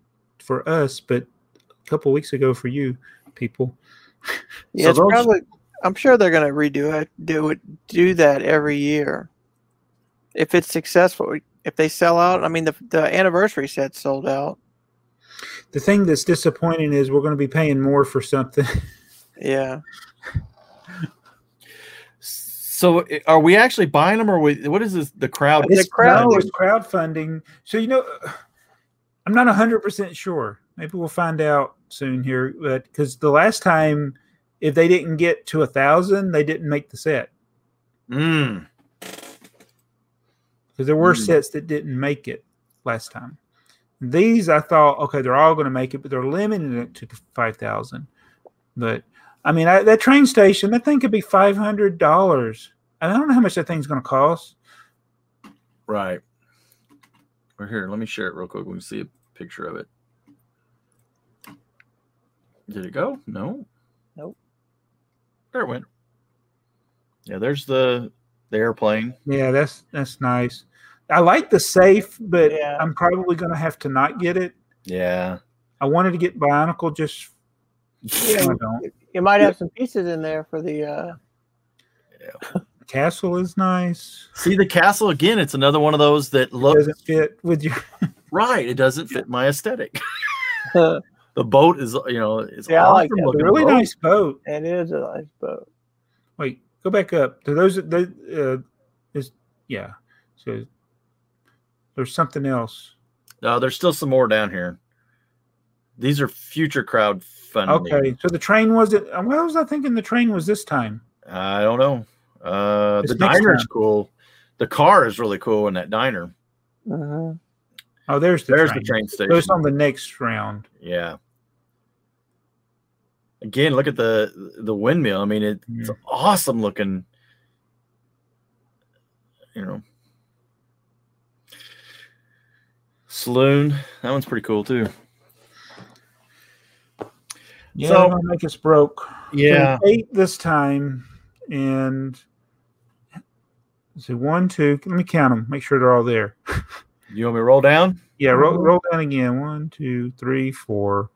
for us, but a couple weeks ago for you people. Yeah, So it's those- probably. I'm sure they're going to redo it. Do it. Do that every year. If it's successful, if they sell out, I mean the the anniversary set sold out. The thing that's disappointing is we're going to be paying more for something. Yeah, so i- are we actually buying them or we, what is this the crowd? It's crowd- *laughs* No, it's crowdfunding. So you know, *sighs* I'm not 100 percent sure. Maybe we'll find out soon here, but because the last time, if they didn't get to a thousand, they didn't make the set Mm, because there were Hmm. sets that didn't make it last time. These I thought, okay, they're all going to make it, but they're limiting it to five thousand. But I mean, I, that train station, that thing could be five hundred dollars. I don't know how much that thing's going to cost. Right. Or here, let me share it real quick. We can see a picture of it. Did it go? No. Nope. There it went. Yeah, there's the the airplane. Yeah, that's that's nice. I like the safe, but Yeah. I'm probably going to have to not get it. Yeah. I wanted to get Bionicle just. I don't. It might have some pieces in there for the. uh Castle is nice. See the castle again. It's another one of those that looks Doesn't fit with your. right. It doesn't fit my aesthetic. *laughs* The boat is, you know, it's Yeah, I like awesome that. looking Really boat. nice boat. It is a nice boat. Wait, go back up. Do those? The, uh, is yeah. So there's something else. No, Uh, there's still some more down here. These are future crowd funding. Okay, so the train wasn't. uh, What was I thinking? The train was this time. I don't know. Uh, It's the next diner's time. cool. The car is really cool in that diner. Mhm. Oh, there's the There's train. the train station. So it's on the next round. yeah. Again, look at the the windmill. I mean, it, Mm. it's awesome looking. You know, saloon. That one's pretty cool too. Yeah, So- so, make us broke. So it's eight this time, and let's see one, two. Let me count them. Make sure they're all there. You want me to roll down? Yeah, roll, Mhm. roll down again. One, two, three, four,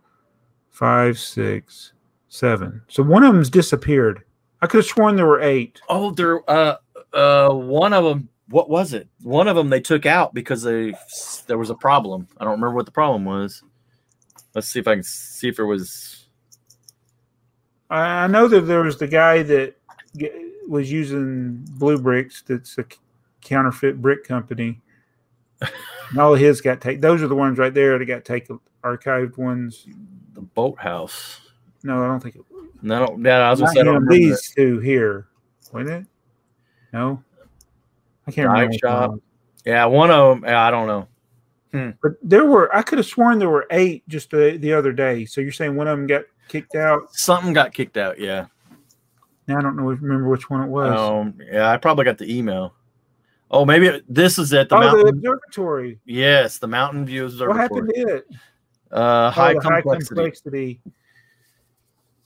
five, six, seven. So one of them's disappeared. I could have sworn there were eight. Oh, there. Uh, uh, one of them. What was it? One of them they took out because they there was a problem. I don't remember what the problem was. Let's see if I can see if it was. I I know that there was the guy that g- was using blue bricks. That's a c- counterfeit brick company. and all of his got taken. Those are the ones right there that got taken. Archived ones. The boathouse. No, I don't think it was. No, no, I was gonna say I don't remember that. these two here, wasn't it? No, I can't Dive remember. which shop. one. Yeah, one of them. I don't know. But there were. I could have sworn there were eight just the, the other day. So you're saying one of them got kicked out? Something got kicked out. Yeah. Now I don't know. Remember which one it was. Um. Yeah, I probably got the email. Oh, maybe it- this is at the oh, mountain. the observatory. yes, the Mountain View What Observatory. happened to it? Uh, Oh, high the complexity.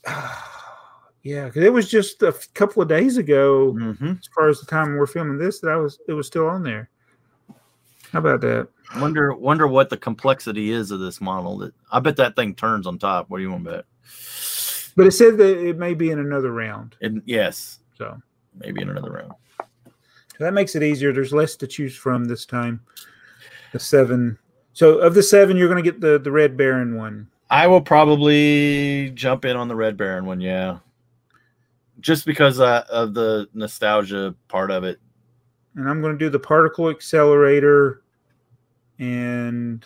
complexity. *sighs* yeah, because it was just a f- couple of days ago, Mhm. as far as the time we're filming this, that I was it was still on there. How about that? Wonder wonder what the complexity is of this model. That I bet that thing turns on top. What do you want to bet? But it said that it may be in another round, And yes, so maybe in another round. so that makes it easier. There's less to choose from this time. The seven. So of the seven, you're going to get the the red baron one. I will probably jump in on the Red Baron one. Yeah, just because uh, of the nostalgia part of it. and I'm going to do the particle accelerator and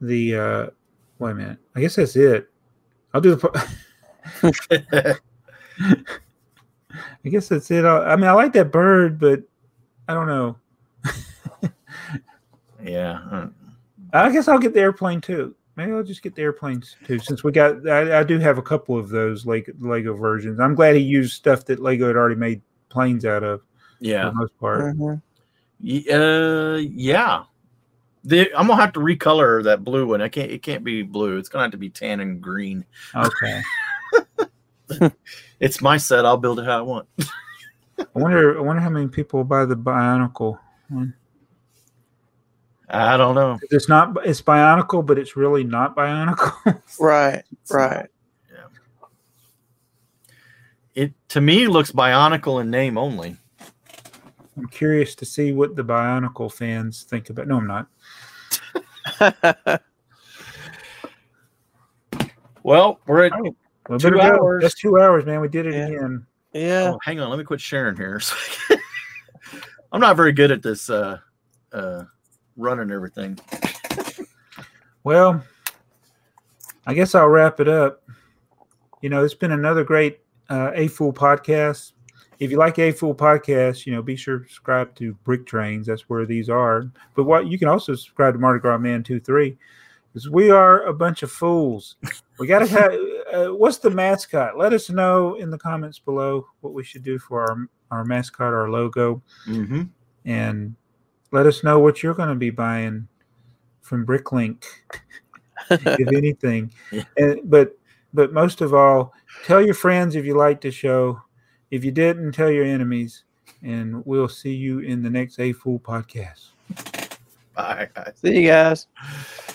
the uh wait a minute. I guess that's it. I'll do the par- *laughs* I guess that's it. I, I mean, I like that bird, but I don't know. yeah. uh, I guess I'll get the airplane too. Maybe I'll just get the airplanes too, since we got. I, I do have a couple of those Lego, Lego versions. I'm glad he used stuff that Lego had already made planes out of Yeah. for the most *laughs* part. Mhm. Y- Uh, yeah. The, I'm gonna have to recolor that blue one. I can't. It can't be blue. It's gonna have to be tan and green. Okay. It's my set. I'll build it how I want. I wonder. I wonder how many people buy the Bionicle. I don't know. It's not. It's Bionicle, but it's really not Bionicle. *laughs* Right, right. It to me looks bionicle in name only. I'm curious to see what the Bionicle fans think about. No, I'm not. *laughs* Well, we're at. We Two better go. hours. That's two hours, man. We did it Yeah. again. yeah. Oh, hang on, let me quit sharing here. *laughs* so I can- I'm not very good at this uh, uh, running everything. Well, I guess I'll wrap it up. You know, it's been another great uh, A Fool podcast. If you like A Fool podcast, you know, be sure to subscribe to Brick Trains. That's where these are. But what you can also subscribe to Mardi Gras Man Two Three, because we are a bunch of fools. We got to have. Uh, what's the mascot? Let us know in the comments below what we should do for our our mascot, our logo, Mm-hmm. and let us know what you're going to be buying from Bricklink, if anything. Yeah. And, but but most of all, tell your friends if you like the show. If you didn't, tell your enemies, and we'll see you in the next A Fool podcast. Bye, guys. See you guys.